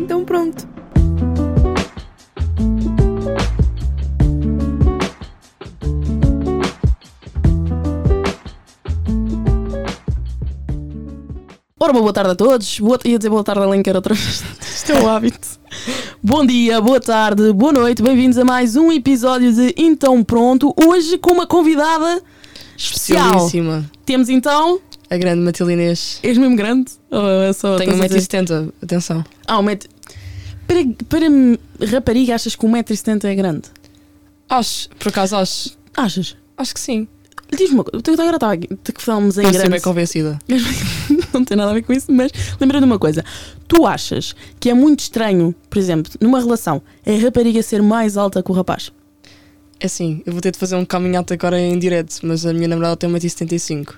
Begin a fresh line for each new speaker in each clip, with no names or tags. muito. Ora, uma boa tarde a todos. Boa, ia dizer boa tarde a Lenker outra vez. Isto é um hábito. Bom dia, boa tarde, boa noite. Bem-vindos a mais um episódio de Então Pronto. Hoje com uma convidada especial.
Especialíssima.
Temos então.
A grande Matilde Inês.
És mesmo grande? Ou é só
Tenho
estás a dizer-
1,70m, atenção.
Ah, um metro. Para, para rapariga, achas que 1,70m é grande?
Acho, por acaso acho.
Achas?
Acho que sim.
Diz-me uma coisa, tu agora estava aqui, te que falamos em
Não estou bem
grande.
convencida.
não tem nada a ver com isso, mas lembra de uma coisa. Tu achas que é muito estranho, por exemplo, numa relação, a rapariga ser mais alta que o rapaz?
É assim, eu vou ter de fazer um caminhada agora em direto, mas a minha namorada tem 1,75m.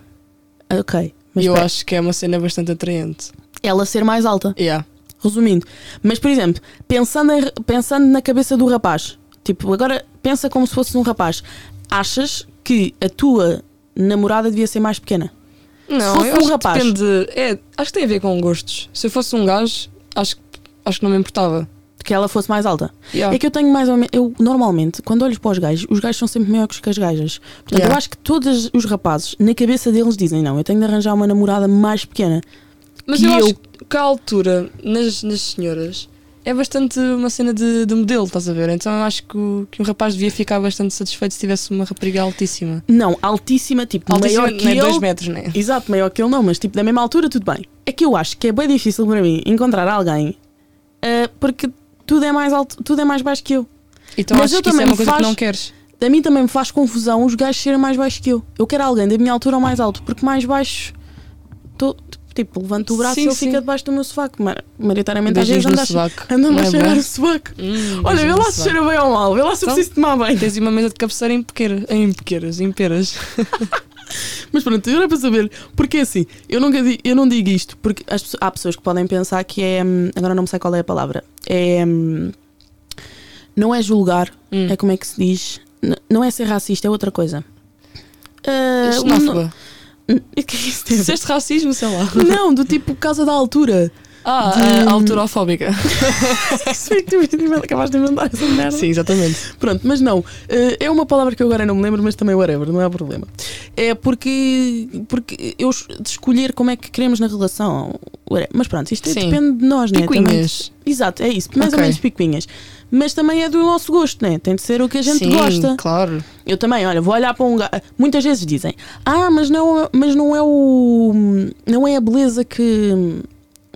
Ah, Ok. Mas
E eu
espera,
acho que é uma cena bastante atraente.
ela ser mais alta,
Yeah.
resumindo. Mas, por exemplo, pensando, em- pensando na cabeça do rapaz, tipo, agora pensa como se fosse um rapaz. Achas que a tua namorada devia ser mais pequena?
Não,
fosse
eu
um
acho que
rapaz.
depende. É, acho que tem a ver com gostos. Se eu fosse um gajo, acho, que- acho que não me importava.
Que ela fosse mais alta?
Yeah.
É que eu tenho mais ou menos. Eu normalmente, quando olho para os gajos, os gajos são sempre maiores que as gajas. Portanto,
Yeah.
eu acho que todos os rapazes, na cabeça deles, dizem: não, eu tenho de arranjar uma namorada mais pequena.
Mas
que
eu,
eu-
acho que a altura nas, nas senhoras é bastante uma cena de, de modelo, estás a ver? Então eu acho que, o- que um rapaz devia ficar bastante satisfeito se tivesse uma rapariga altíssima.
Não, altíssima, tipo,
Altíssima
maior que
nem dois
ele.
metros, né?
Exato, maior que ele não, mas tipo, da mesma altura, tudo bem. É que eu acho que é bem difícil para mim encontrar alguém ah, porque tudo é mais alto, tudo é mais baixo que eu.
Então
Mas eu
acho que isso é
também
uma coisa
faz-
que não queres.
A mim também me faz confusão os gajos serem mais baixos que eu. Eu quero alguém da minha altura ou mais alto, porque mais baixo. Tô, tipo, levanto o braço
Sim,
e ele
sim.
fica debaixo do meu sovaco. Mar- Maritariamente, às
Beijinhos
vezes
no
andas,
sovaco.
andam
não
a
é
cheirar
bom?
o sovaco.
Hum,
Olha, vê lá
beijinhos no
se
sovaco.
cheira bem ou mal, vê lá se eu
Então?
preciso tomar bem.
Tens uma mesa de cabeceira em pequeras, em pequeras, em peras.
Mas pronto, eu era para saber, porque assim, eu, nunca di- eu não digo isto, porque as pesso- há pessoas que podem pensar que é. hum, Agora não me sei qual é a palavra. É. hum, Não é julgar,
Hum.
é como é que se diz. N- Não é ser racista, é outra coisa. Ah,
Xenófoba.
não- o que é que isso tem a ver?
Disseste racismo, sei lá.
Não, do tipo por causa da altura.
Ah,
De-
a alturofóbica.
Isso é que tu acabaste de inventar essa merda.
Sim, exatamente.
Pronto, mas não. eh, É uma palavra que eu agora não me lembro, mas também whatever, não há problema. É porque, porque eu es- de escolher como é que queremos na relação. whatever. Mas pronto, isto
Sim.
depende de nós, né? Também-
Picuinhas.
Exato, é isso. Mais ou
Ok.
menos picuinhas. Mas também é do nosso gosto, né? Tem de ser o que a gente
Sim,
gosta.
claro.
Eu também, olha, vou olhar para um gajo. Muitas vezes dizem, ah, mas não, é- mas não é o. Não é a beleza que.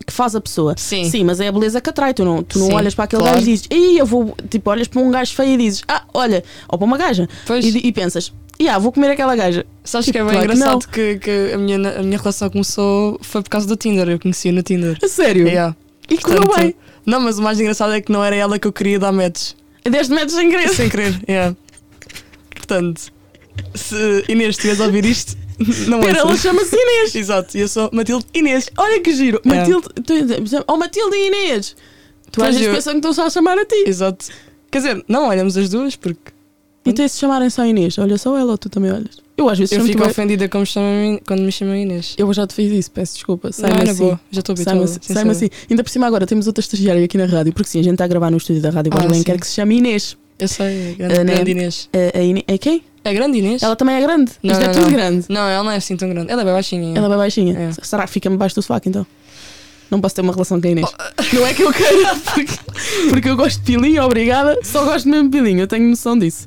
Que faz a pessoa.
Sim.
Sim, mas é a beleza que atrai. Tu não, tu não
Sim,
olhas para aquele
claro.
gajo e dizes, Ih, eu vou. Tipo, olhas para um gajo feio e dizes, ah, olha, ou para uma gaja.
Pois.
E, e pensas, ah, vou comer aquela gaja.
Sabes
Tipo,
que é bem
claro que
engraçado que, que a, minha, a minha relação começou foi por causa do Tinder, eu conheci no Tinder.
A sério.
Yeah.
E correu
É, Portanto,
bem.
Não, mas o mais engraçado é que não era ela que eu queria dar match,
10 metros sem querer.
sem querer. yeah. Portanto, se Inês estivesse a ouvir isto, não
Pera, ela
é
chama-se Inês.
Exato, e eu sou Matilde Inês.
Olha que giro.
É.
Matilde. Tu, oh, Matilde e Inês. Tu
Pois
às vezes
eu-
pensam que estão só a chamar a ti.
Exato. Quer dizer, não olhamos as duas porque
E tens de chamarem só a Inês. Olha só ela ou tu também olhas. Eu às vezes
eu
chamo-te
fico
bem.
ofendida como chamam- quando me chamam Inês.
Eu já te fiz isso, peço desculpa.
Não,
Sai-me
é na
assim.
boa, já estou
Sai-me
habituada.
assim, sai-me
sincera.
assim. Ainda por cima agora temos outra estagiária aqui na rádio, porque sim, a gente está a gravar no estúdio da Rádio
Ah,
Belém,
sim.
quer que se chame Inês.
Eu sei, é
Ah,
grande,
né?
grande Inês.
A, a Inês. É quem?
É grande Inês?
Ela também é grande.
Não,
Isto é
não,
tudo
não.
grande.
Não, ela não é assim tão grande. Ela é bem baixinha.
Ela é baixinha.
É.
Será que fica-me baixo do sovaco então? Não posso ter uma relação com a Inês.
Não é que eu queira, porque
Porque eu gosto de pilinho, obrigada. Só gosto mesmo de pilinho, eu tenho noção disso.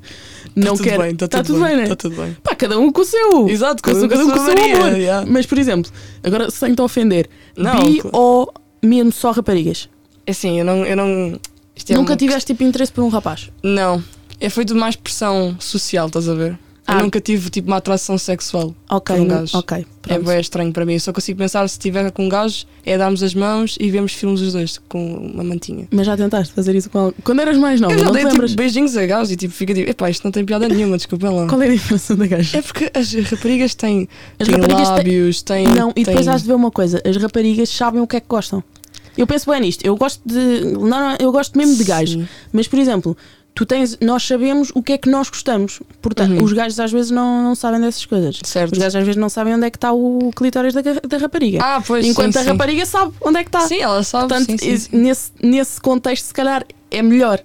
Não
tudo
quero.
bem, está
Tá
tudo, bem,
né?
Está tudo bem.
Pá, cada um com o seu.
Exato,
cada um com o seu amor.
yeah.
Mas, por exemplo, agora sem te ofender,
Não,
bi
claro.
ou mesmo só raparigas?
Assim, eu não. Eu não isto é
Nunca
um-
tiveste tipo interesse por um rapaz?
Não. É foi de mais pressão social, estás a ver?
Ah.
Eu nunca tive tipo uma atração sexual.
Ok,
Por um
não-
gajo.
ok.
É
Pronto.
bem estranho para mim. Eu só consigo pensar se estiver com um gajo, é darmos as mãos e vemos filmes os dois com uma mantinha.
Mas já tentaste fazer isso com alguém? Quando eras mais nova,
eu já
não te
dei
lembras?
tipo, beijinhos a gajos e tipo, fica tipo, epá, isto não tem piada nenhuma, desculpem lá.
Qual é a diferença da gaja?
É porque as raparigas têm,
As
têm
raparigas têm-
lábios, têm.
Não, e depois
têm...
has de ver uma coisa: as raparigas sabem o que é que gostam. Eu penso bem nisto. Eu gosto de. Não, não, eu gosto mesmo de gajo.
Sim.
Mas, por exemplo, tu tu tens, nós sabemos o que é que nós gostamos. Portanto,
Uhum.
os gajos às vezes não, não sabem dessas coisas.
Certo.
Os gajos às vezes não sabem onde é que está o clitóris da, ga- da rapariga.
Ah, pois
Enquanto
sim,
a
sim.
rapariga sabe onde é que está.
Sim, ela sabe.
Portanto,
sim, sim,
e-
sim.
Nesse, nesse contexto, se calhar, é melhor.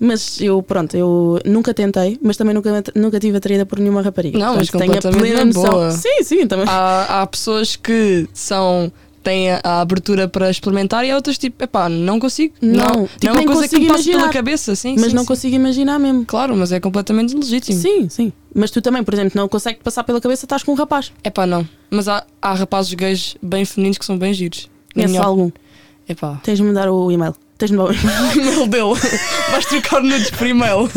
Mas eu, pronto, eu nunca tentei, mas também nunca, nunca tive atraída por nenhuma rapariga.
Não, mas
Portanto, tenho a
completamente
plena
na
noção.
boa. Ah,
Sim, sim, também.
Há, há pessoas que são. têm a, a abertura para experimentar e há outras tipo, epá, não consigo.
Não,
não,
tipo,
não é uma
nem
coisa que
consigo
me passa pela
imaginar.
cabeça, sim.
mas
sim,
não
sim.
consigo imaginar mesmo.
Claro, mas é completamente legítimo.
Sim, sim. Mas tu também, por exemplo, não consegue passar pela cabeça, estás com um rapaz.
Epá, não. Mas há, há rapazes gays bem femininos que são bem giros. Na
Conheces
minha-
algum?
Epá.
Tens de mudar o e-mail. Tens de mudar o e-mail.
Meu Deus, vais trocar nudes por e-mail.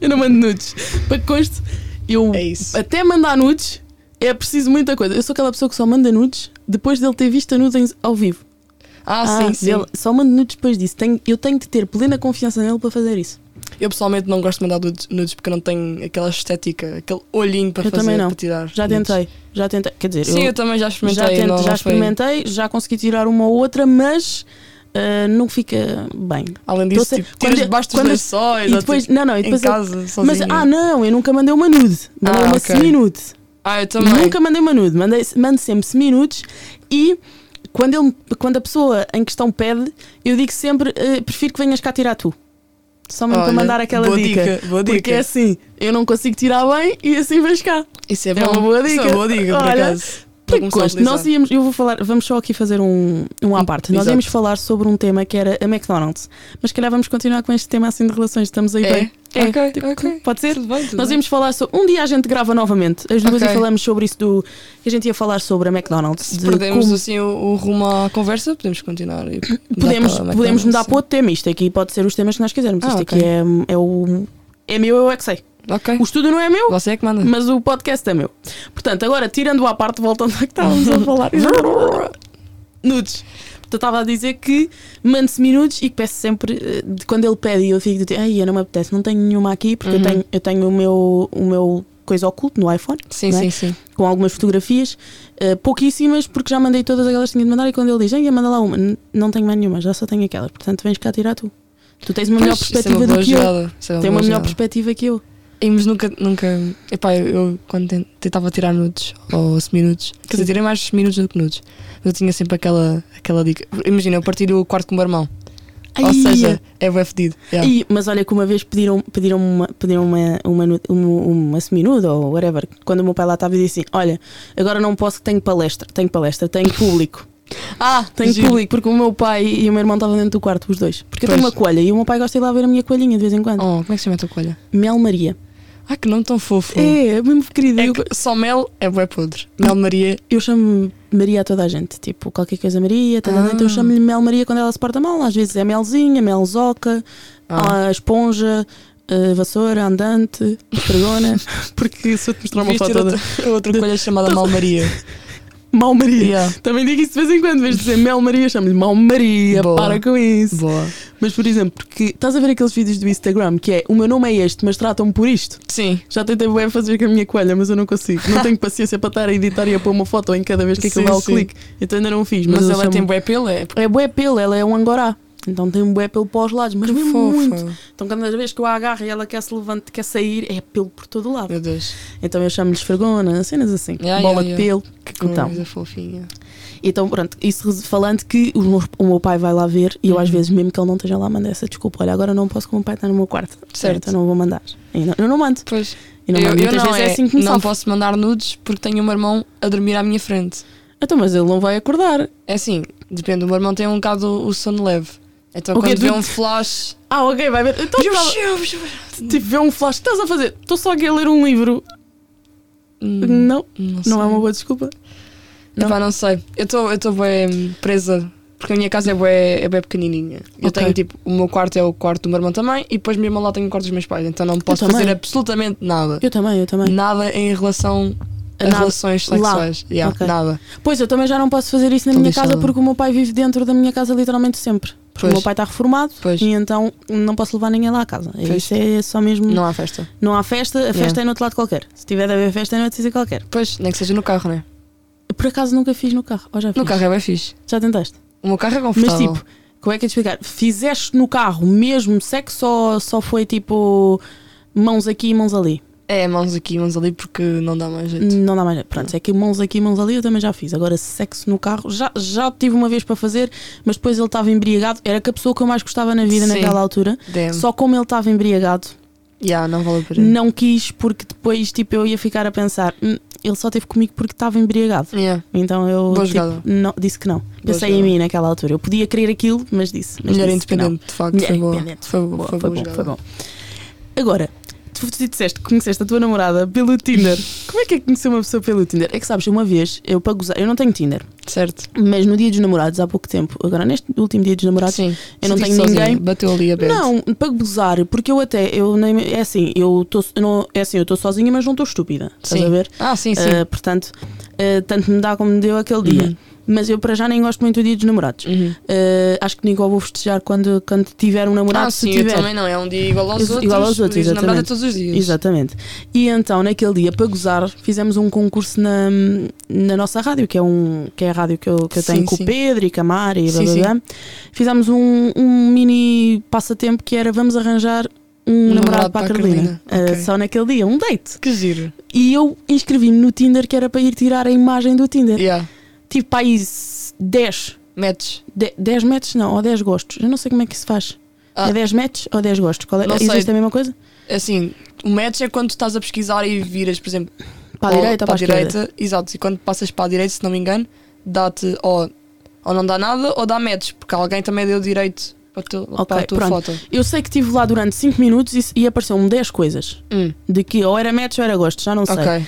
Eu não mando nudes. Para que conste, eu
É isso.
até mandar nudes é preciso muita coisa. Eu sou aquela pessoa que só manda nudes depois dele ter visto a nude em- ao vivo.
Ah, sim, sim.
dele- só mando nudes depois disso. Tenho- eu tenho de ter plena confiança nele para fazer isso.
Eu pessoalmente não gosto de mandar nudes- nudes porque eu não tenho aquela estética, aquele olhinho para
Eu
fazer,
também não.
para tirar.
Já
nudes.
tentei. Já tentei. Quer dizer,
Sim, eu,
eu,
também já experimentei.
já, tente-
não-
já
não foi-
experimentei, já consegui tirar uma ou outra, mas ah, não fica bem.
Além
Tô
disso,
sem-
tipo, tiras
quando-
debaixo dos
quando-
lençóis.
e
ou,
depois,
tipo,
não, não, e depois
em
eu-
casa,
Mas,
sozinho.
ah, não, eu nunca mandei uma nude. Mandei
Ah,
uma
ok.
semi-nude.
Ah, eu também.
Nunca mandei uma nude. Mandei, mando sempre semi-nudes e quando, ele, quando a pessoa em questão pede, eu digo sempre: eh, prefiro que venhas cá tirar tu. Só mesmo
Olha,
para mandar aquela
boa
dica.
Boa dica.
Porque é assim, eu não consigo tirar bem e assim vais cá.
Isso é,
é
bom.
uma boa
Isso é
dica.
uma boa dica, por
Olha,
acaso.
Que
Vou começar a
gosto.
utilizar.
Nós íamos, eu vou falar, vamos só aqui fazer um, um à parte. Nós
Exato.
íamos falar sobre um tema que era a McDonald's, mas se calhar vamos continuar com este tema assim de relações, estamos aí bem.
É? Ok,
Tipo,
ok.
Pode ser?
Tudo bem, tudo
Nós
bem.
íamos falar sobre. Um dia a gente grava novamente as duas
Ok.
e falamos sobre isso do. que a gente ia falar sobre a McDonald's.
Se
de
perdemos
como-
assim o, o rumo à conversa, podemos continuar. e
podemos,
mudar para a assim.
podemos
McDonald's,
mudar
sim.
para outro tema. Isto aqui pode ser os temas que nós quisermos.
Ah,
isto
ok.
aqui é, é o. É meu, eu é que sei.
Ok.
O estudo não é meu,
Você é que manda.
mas o podcast é meu. Portanto, agora tirando-o à parte, voltando a que estávamos a falar. nudes. Portanto, estava a dizer que mando-se-me nudes e que peço sempre, eh, de- quando ele pede, e eu fico do tipo, ai, eu não me apetece, não tenho nenhuma aqui, porque
Uhum.
eu, tenho, eu tenho o meu, o meu coisa oculto no iPhone,
Sim,
não é?
sim, sim.
com algumas fotografias, eh, pouquíssimas, porque já mandei todas aquelas que tinha de mandar, e quando ele diz, ai, manda lá uma, N- não tenho mais nenhuma, já só tenho aquela, portanto, vens cá tirar tu. Tu tens uma melhor
Pois, isso é
perspectiva
boa
do que eu.
jogada, isso é
Tem uma
boa
melhor
jogada.
perspectiva que eu.
E, mas nunca, nunca. Epá, eu, eu quando ten- tentava tirar nudes ou seminudes, quer dizer, tirei mais minutos do que nudes, mas eu tinha sempre aquela, aquela dica. Imagina, eu partilho o quarto com o meu irmão. Ou
Ai,
seja, é o fedido. Yeah.
E- mas olha que uma vez pediram, pediram, uma, pediram uma, uma, nu- uma, uma seminuda ou whatever, quando o meu pai lá estava e disse assim: Olha, agora não posso que tenho palestra, tenho palestra, tenho público,
Ah,
tenho
giro.
público, porque o meu pai e o meu irmão estavam dentro do quarto, os dois. Porque eu tenho
Pois.
uma coelha e o meu pai gosta de ir lá ver a minha coelhinha de vez em quando.
Oh, como é que se chama a tua colha?
Mel Maria.
Ah, que nome tão fofo.
É, é mesmo querido.
É
eu,
que só mel é bué podre. Mel Maria.
eu chamo Maria a toda a gente, tipo, qualquer coisa Maria, tá, tá, tá,
Ah.
então eu chamo-lhe Mel Maria quando ela se porta mal. Às vezes é melzinha, melzoca,
Ah,
a esponja. a vassoura, andante, pregona, porque se eu te mostrar uma
Viste
foto da-
outra, outra colha chamada Mal Maria.
Mal Maria.
Yeah.
Também digo isso de vez em quando, vez de dizer Mel Maria, chamo-lhe Mal Maria,
Boa.
para com isso.
Boa.
Mas, por exemplo, porque estás a ver aqueles vídeos do Instagram que é o meu nome é este, mas tratam-me por isto.
Sim.
Já tentei bué fazer com a minha coelha, mas eu não consigo. Não tenho paciência para estar a editar e a pôr uma foto em cada vez que aquilo
Sim,
dá o
sim.
clique. Então ainda não fiz. Mas,
Mas,
eu
ela
chamo-
tem bué pelo, é
É bué pelo, ela é um angorá. Então tem um bué pelo para os lados, mas mesmo é muito. Então cada vez que eu a agarro e ela quer se levantar, quer sair, é pelo por todo o lado.
Meu Deus.
Então eu chamo-lhe esfregona, cenas assim.
Yeah,
bola
yeah,
de
yeah.
pelo. Então.
Coisa fofinha.
Então, pronto, isso res- falando que o meu, o meu pai vai lá ver e eu, às
Uhum.
vezes, mesmo que ele não esteja lá, mando essa desculpa. Olha, agora não posso, que o meu pai está no meu quarto.
Certo.
Então não vou mandar. E não- eu não mando.
Pois.
E não
eu
mando.
eu
Muitas
não,
vezes é,
é-
assim que me
não
salvo.
posso mandar nudes porque tenho o meu irmão a dormir à minha frente.
Então, mas ele não vai acordar.
É assim, depende. O meu irmão tem um bocado o, o sono leve. Então
O quê?
quando vê
Do-
um flash.
Ah, ok, vai ver. Então, estava- tipo, vê um flash. Estás a fazer? Estou só aqui a ler um livro.
Hum,
Não,
não,
não é uma
boa.
boa desculpa.
Não. Epá, não sei. Eu estou bem presa. Porque a minha casa é bem, é bué pequenininha. Eu
Ok.
tenho tipo, o meu quarto é o quarto do meu irmão também, e depois mesmo lá tenho o quarto dos meus pais. Então não posso
também.
fazer absolutamente nada.
Eu também, eu também.
Nada em relação a
Nada.
relações
Lá.
sexuais. Yeah,
Ok.
Nada.
Pois, eu também já não posso fazer isso na
Estou
minha
lixada.
casa porque o meu pai vive dentro da minha casa literalmente sempre. Porque
Pois.
o meu pai está reformado
Pois.
e então não posso levar ninguém lá à casa.
Pois.
Isso é só mesmo.
Não há festa.
Não há festa, a festa
Yeah.
é no outro lado qualquer. Se tiver de haver festa, é noite sítio qualquer.
Pois, nem que seja no carro, né?
Por acaso nunca fiz no carro. Ou já fiz?
No carro é bem fixe.
Já tentaste.
O meu carro é
Mas
confortável.
tipo, Como é que é de explicar? Fizeste no carro mesmo sexo ou só foi tipo mãos aqui e mãos ali?
É, mãos aqui, mãos ali, porque não dá mais jeito.
Não dá mais. jeito. Pronto, é que mãos aqui, mãos ali eu também já fiz. Agora, sexo no carro, já, já tive uma vez para fazer, mas depois ele estava embriagado. Era que a pessoa que eu mais gostava na vida
Sim. É.
naquela altura.
Damn.
Só como ele estava embriagado,
Yeah, não vale a pena.
não quis, porque depois tipo, eu ia ficar a pensar: "Hum, ele só teve comigo porque estava embriagado.
Yeah.
Então eu
Boa
tipo,
jogada.
não, disse que não. Pensei em
jogada.
mim naquela altura. Eu podia querer aquilo, mas disse. Mas
Mulher
disse que não.
independente, de facto,
Mulher
foi boa.
independente.
Foi boa,
Boa,
foi
foi
boa
bom,
jogada.
foi bom. Agora, tu, tu disseste que conheceste a tua namorada pelo Tinder. Como é que é conhecer uma pessoa pelo Tinder? É que sabes, uma vez eu para gozar, eu não tenho Tinder,
Certo.
mas no dia dos namorados, há pouco tempo, agora neste último dia dos namorados,
Sim.
eu não
Sentiste
tenho
sozinha,
ninguém.
Bateu ali a besta.
Não, para gozar, porque eu até, eu nem, é assim, eu tô, eu não, é assim, eu estou sozinha, mas não estou estúpida, estás
Sim.
a ver?
Ah, sim, Uhum. sim.
Ah, portanto, ah, tanto me dá como me deu aquele dia. Mas eu para já nem gosto muito do dia dos namorados.
Uhum.
Ah, acho que nem igual vou festejar quando, quando tiver um namorado.
Ah, sim,
se
eu
tiver.
também não. É um dia igual aos
Ex-
outros.
igual aos outros,
mas namorada
exatamente.
todos os dias.
Exatamente. E então, naquele dia, para gozar, fizemos um concurso na, na nossa rádio, que é, um, que é a rádio que eu, que eu
Sim,
tenho com
sim.
o Pedro e com a Mari e blá,
Sim,
blá, blá. Fizemos um, um mini passatempo que era vamos arranjar um namorado, para a Carolina.
Carolina,
Ah,
ok.
Só naquele dia, um date.
Que giro.
E eu inscrevi-me no Tinder que era para ir tirar a imagem do Tinder.
Yeah.
Tive para aí s- 10.
Metes.
de- 10 metros não, ou 10 gostos. Eu não sei como é que isso faz.
Ah.
É 10 metros ou 10 gostos? Qual é?
Não sei.
Existe a mesma coisa?
Assim, o match é quando tu estás a pesquisar e viras, por exemplo,
Para a direita ou para a esquerda?
direita. Exato, e quando passas para a direita, se não me engano, dá-te ou, ou não dá nada ou dá match, porque alguém também deu direito para, o teu-
Ok,
para a tua
pronto.
foto.
Eu sei que estive lá durante 5 minutos e, e apareceu-me 10 coisas.
Hum,
De que ou era match ou era gosto, já não sei.
ok.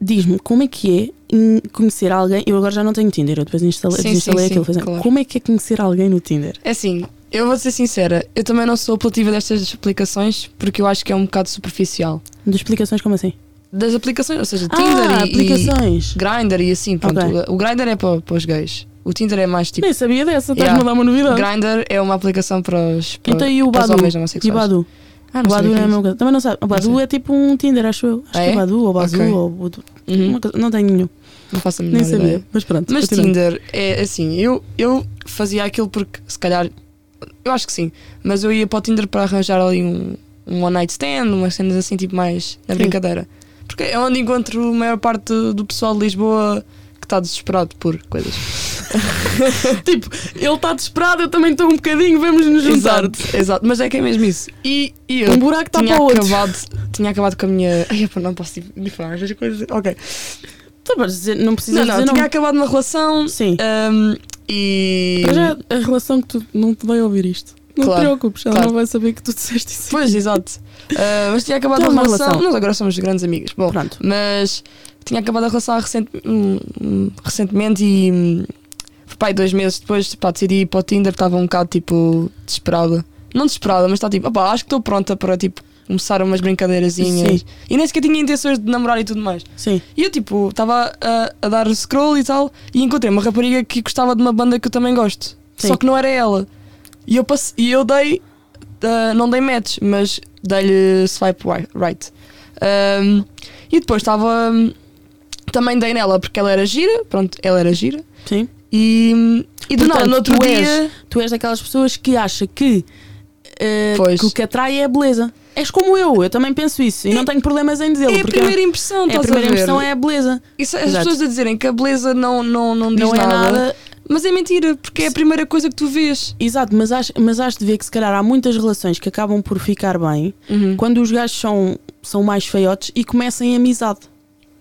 Diz-me como é que é hum, conhecer alguém. Eu agora já não tenho Tinder, eu depois instalei,
Sim,
desinstalei
sim,
aquilo.
sim,
fazendo-
claro.
Como é que é conhecer alguém no Tinder?
É assim, eu vou ser sincera, eu também não sou apelativa destas aplicações porque eu acho que é um bocado superficial.
De explicações, como assim?
Das aplicações, ou seja, Tinder
ah,
e,
aplicações.
e Grindr e assim, pronto.
Ok.
O, o Grindr é para, para os gays. O Tinder é mais tipo.
Nem sabia dessa, estás-me
Yeah.
a dar uma novidade.
Grindr é uma aplicação para os, para,
então e o
para os
Badu?
homens
E o
homossexuais.
Badu?
Ah,
O
não
Badu
sabia
não é a
que
mesma coisa. Também não sabe. O Badu
sei.
é tipo um Tinder, acho eu. Acho
Ah,
que é
é?
Badu ou Bazu
Ok.
ou Budu.
isso. Uhum,
Uma coisa- Não tenho nenhum.
não faço a menor
Nem sabia.
ideia.
Mas pronto.
Mas
continuando.
Tinder é assim, eu, eu fazia aquilo porque se calhar eu acho que sim, mas eu ia para o Tinder para arranjar ali um, um one night stand, umas cenas assim tipo mais na
Sim.
brincadeira. Porque é onde encontro a maior parte do pessoal de Lisboa que está desesperado por coisas.
Tipo, ele está desesperado, eu também estou um bocadinho, vamos nos juntar.
exato, mas é que é mesmo isso. E, e eu
Um buraco está
tinha
para o outro.
acabado, tinha acabado com a minha. Tá Ai, epá, não posso tipo, falar estas coisas. Ok.
Tu podes Então, dizer, não precisas
Não, é não,
dizer
tinha
não.
acabado uma relação
Sim.
ahm, e.
Mas é a relação que tu não te vai ouvir isto. Não
Claro,
te preocupes, ela
claro.
não vai saber que tu disseste isso.
Pois, exato. Ah, mas tinha acabado
Então,
a
uma
relação.
relação.
Nós agora somos grandes amigos. Bom,
Pronto.
mas tinha acabado a relação recent- hum, hum, recentemente e. hum, Pá, e dois meses depois pá, decidi ir para o Tinder, estava um bocado tipo desesperada. Não desesperada, mas está tipo, opá, acho que estou pronta para tipo começar umas brincadeirazinhas.
Sim.
E nem sequer tinha intenções de namorar e tudo mais.
Sim.
E eu tipo, estava a, a dar scroll e tal, e encontrei uma rapariga que gostava de uma banda que eu também gosto.
Sim.
Só que não era ela. E eu, passe- e eu dei, ah, não dei match, mas dei-lhe swipe wi- right. Ahm, e depois estava, hum, também dei nela porque ela era gira, pronto, ela era gira.
Sim.
E, e do
Portanto,
nada, no outro
tu és-
dia, é
Tu és daquelas pessoas que acha que, eh,
Pois.
que o que atrai é a beleza. És como eu, eu também penso isso e não tenho problemas em dizê-lo.
é a
porque
primeira impressão,
é a
estás
primeira
a ver?
impressão é a beleza.
Isso, as
Exato.
pessoas a dizerem que a beleza não, não, não diz
Não é nada.
mas é mentira, porque é a primeira coisa que tu vês.
Exato, mas acho, mas acho de ver que se calhar há muitas relações que acabam por ficar bem
Hum.
quando os gajos são, são mais feiotes e começam em amizade.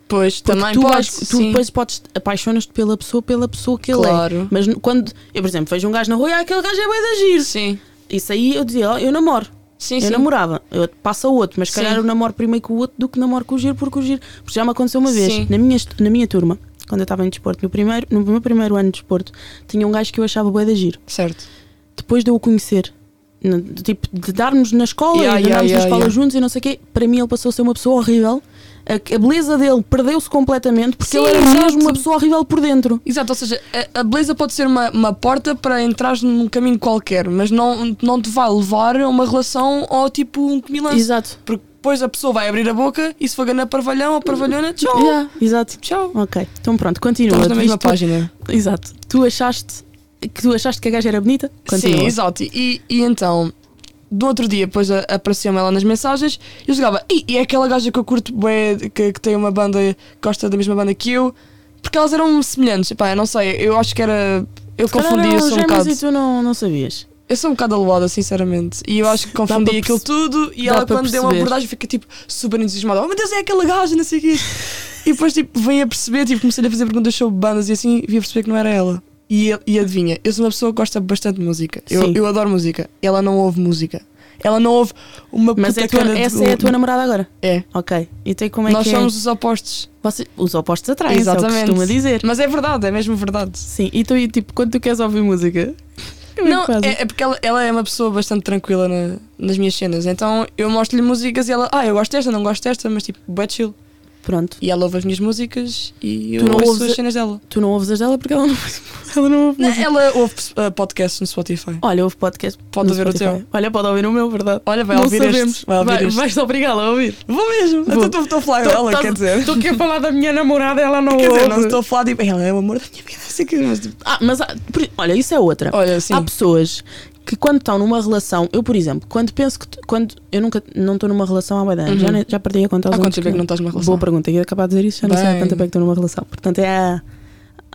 Pois,
Porque
também
tu,
pode,
vais- tu
sim.
depois podes apaixonas-te pela pessoa, pela pessoa que ele é.
Claro.
Mas n- quando eu, por exemplo, vejo um gajo na rua e ah, aquele gajo é bem de agir.
Sim,
Isso aí eu dizia, ó, eu namoro.
sim,
Eu
sim.
namorava, eu passo a outro, mas se
Sim.
calhar eu namoro primeiro com o outro do que namoro com o giro, porque o giro. Porque já me aconteceu uma
Sim.
vez, na minha, est- na minha turma, quando eu estava em desporto, no, primeiro, no meu primeiro ano de desporto, tinha um gajo que eu achava bué de giro.
Certo.
Depois de eu o conhecer, no- tipo, de darmos na escola
Yeah,
e de
yeah,
andarmos
yeah,
na escola
yeah.
juntos e não sei o quê, para mim ele passou a ser uma pessoa horrível. A, a beleza dele perdeu-se completamente porque
Sim,
ele era
exato.
mesmo uma pessoa horrível por dentro.
Exato, ou seja, a, a beleza pode ser uma, uma porta para entrares num caminho qualquer, mas não, não te vai levar a uma relação ou tipo um comilance.
Exato.
Porque depois a pessoa vai abrir a boca e se for na parvalhão ou parvalhona, tchau.
Yeah, exato.
Tchau.
Ok, então pronto, continua.
Estamos na
Tu
mesma
viste-
página.
Exato. Tu achaste que tu achaste que a gaja era bonita? Continua.
Sim, exato. E, e então, do outro dia, depois a- apareceu-me ela nas mensagens e eu jogava, e, e é aquela gaja que eu curto bué, que, que tem uma banda, que gosta da mesma banda que eu, porque elas eram semelhantes. Epá, eu não sei, eu acho que era. Eu confundia
Caralho,
só um
gêmeos
bocado.
e tu não, não sabias.
Eu sou um bocado aloada, sinceramente. E eu acho que confundi
pra
aquilo tudo. E
dá
ela,
pra
quando deu uma
perceber.
abordagem, fica tipo super entusiasmada: Oh meu Deus, é aquela gaja, não sei o quê. e depois, tipo, vem a perceber, tipo, comecei a fazer perguntas sobre bandas e assim, vim a perceber que não era ela. E, e adivinha, eu sou uma pessoa que gosta bastante de música. Eu,
Sim.
eu adoro música. Ela não ouve música. Ela não ouve uma
Mas
puta
é a tua-
cana de-
essa é a tua namorada agora?
É.
Ok. E tu como é
Nós
que
somos os opostos.
é? Vocês- Os opostos é atraem, Exatamente.
Exatamente.
costuma dizer.
Mas é verdade, é mesmo verdade.
Sim, e tu, e, tipo, quando tu queres ouvir música? como
Não,
que fazes?
é, é porque ela, ela é uma pessoa bastante tranquila na- nas minhas cenas. Então eu mostro-lhe músicas e ela, ah, eu gosto desta, não gosto desta, mas tipo, bué chill.
Pronto.
E ela ouve as minhas músicas e eu
Tu não
ouço
ouves
as
a-
cenas dela.
Tu não ouves as dela porque ela não, ela não ouve música.
ela ouve uh, podcasts no Spotify.
Olha, ouve podcast.
Pode
no
ouvir o
Spotify. Olha, pode ouvir o meu, verdade.
Olha, vai
não
ouvir
sabemos.
este. Vai ouvir este.
Vais-te obrigá-la a ouvir.
Vou mesmo.
Vou.
Até estou a falar
Tô-
dela,
tás-
quer dizer.
Estou aqui a falar da minha namorada, ela não
Quer
ouve.
dizer, não estou a falar de. Ela é o amor da minha vida, assim que. Mas, tipo,
Ah, mas há- por- olha, isso é outra.
olha, assim.
Há pessoas que quando estão numa relação, eu por exemplo, quando penso que t- quando eu nunca não estou numa relação há bué de anos,
Uhum.
já, nem- já perdi a conta aos
Há
anos
quanto tempo é que não estás numa relação?
Boa pergunta, ia acabar de dizer isso, já não sei há
Bem.
quanto tempo é que estou numa relação. Portanto, é há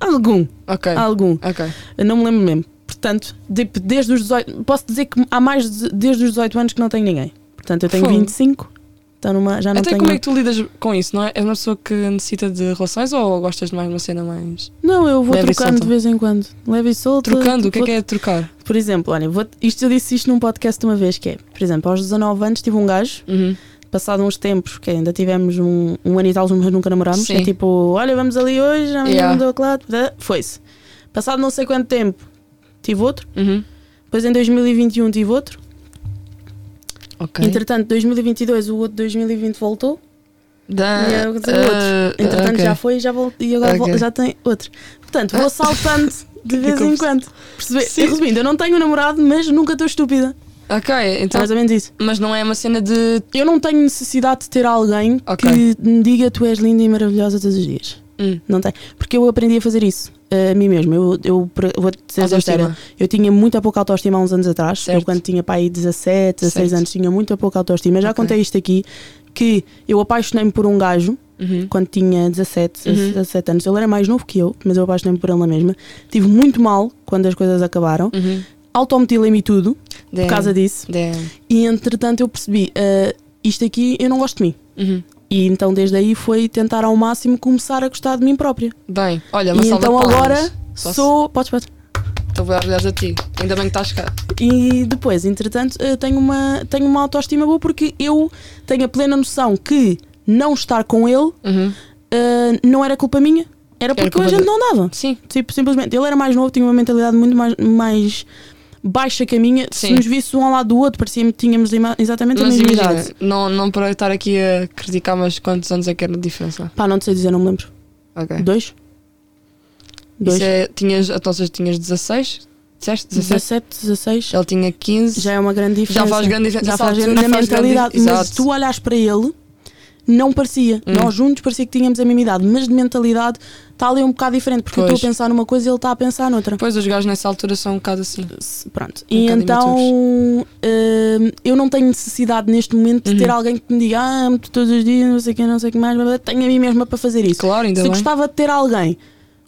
algum,
Ok.
há algum.
Ok.
Eu não me lembro mesmo. Portanto, tipo, desde os 18, posso dizer que há mais de- desde os 18 anos que não tenho ninguém. Portanto, eu tenho
Fogo.
25. Então numa, já não
Até
tenho
como é que tu lidas com isso, não é? És uma pessoa que necessita de relações ou gostas de mais uma cena mais.
Não, eu vou
Leve e
trocando
solta.
de vez em quando. Leve e solta.
Trocando, o que é
vou-
que é trocar?
Por exemplo, olha, vou- isto eu disse isto num podcast de uma vez, que é, por exemplo, aos 19 anos tive um gajo,
Uhum.
passado uns tempos, que ainda tivemos um, um ano e tal, mas nunca namorámos,
Sim.
é tipo, olha, vamos ali hoje, já
Yeah.
yeah. mudou a lado, dá, foi-se. Passado não sei quanto tempo, tive outro,
Uhum.
depois em 2021 tive outro,
Ok.
entretanto 2022 o outro 2020 voltou,
Da,
E é o que dizer,
ah,
outros. entretanto
ok.
já foi e já voltou, e agora
Ok.
vol- já tem outro. Portanto, vou saltando de vez em
Ficou-
quando. Perceber?
Sim.
Resumindo, eu não tenho namorado, mas nunca estou estúpida.
Ok,
É
então.
mais ou menos isso.
Mas não é uma cena de.
Eu não tenho necessidade de ter alguém
Ok.
que me diga tu és linda e maravilhosa todos os dias.
Hum.
Não tem. Porque eu aprendi a fazer isso eh, a mim mesma. Eu, eu pre- vou te ser
Autoestima.
sincera. Eu tinha muito pouca autoestima há uns anos atrás.
Certo.
Eu, quando tinha pai aí 17, 16
Certo.
anos, tinha muito pouca autoestima. Já
Ok.
contei isto aqui: que eu apaixonei-me por um gajo
Uhum.
quando tinha 17,
Uhum.
17 anos. Ele era mais novo que eu, mas eu apaixonei-me por ele na mesma. Tive muito mal quando as coisas acabaram.
Uhum.
Autometilei-me tudo por
Damn.
causa disso.
Damn.
E entretanto eu percebi: ah, isto aqui eu não gosto de mim.
Uhum.
E então desde aí foi tentar ao máximo começar a gostar de mim própria.
Bem, olha, É uma
e
salva
então
de palmas.
agora
Posso-
sou. Podes, podes.
Estou bem orgulhosa de ti. Ainda bem que estás cá.
E depois, entretanto, eh, tenho uma, tenho uma autoestima boa porque eu tenho a plena noção que não estar com ele
Uhum.
eh, não era culpa minha, era porque
culpa
a gente
dele.
não dava.
Sim.
Tipo, simplesmente, ele era mais novo, tinha uma mentalidade muito mais, mais baixa que a minha.
Sim.
Se nos visse um ao lado do outro, parecia-me que tínhamos ima- exatamente
Mas
a mesma
imagina,
idade.
não, não para estar aqui a criticar, mas quantos anos é que era de diferença?
Pá, não te sei dizer, não me lembro.
Ok.
Dois? Dois?
Isso é, tinhas, então seja, tinhas 16? Disseste 17?
17, 16.
Ele tinha 15.
Já é uma grande diferença.
Já faz grande diferença.
Já
Nessa
faz
altura
grande
faz grande
mentalidade.
dif-
mas
Exato.
tu olhas para ele, não parecia.
Hum.
Nós juntos parecia que tínhamos a mesma idade, mas de mentalidade está ali um bocado diferente, porque eu
Pois.
estou a pensar numa coisa e ele está a pensar noutra.
Depois os gajos nessa altura são um bocado assim.
Se- Pronto. e
bocado
então hum, eu não tenho necessidade neste momento de
Uhum.
ter alguém que me diga ah, amo-te todos os dias, não sei o que, não sei o que mais, blá, blá. tenho a mim mesma para fazer isso.
Claro, ainda
Se eu
bem.
gostava de ter alguém,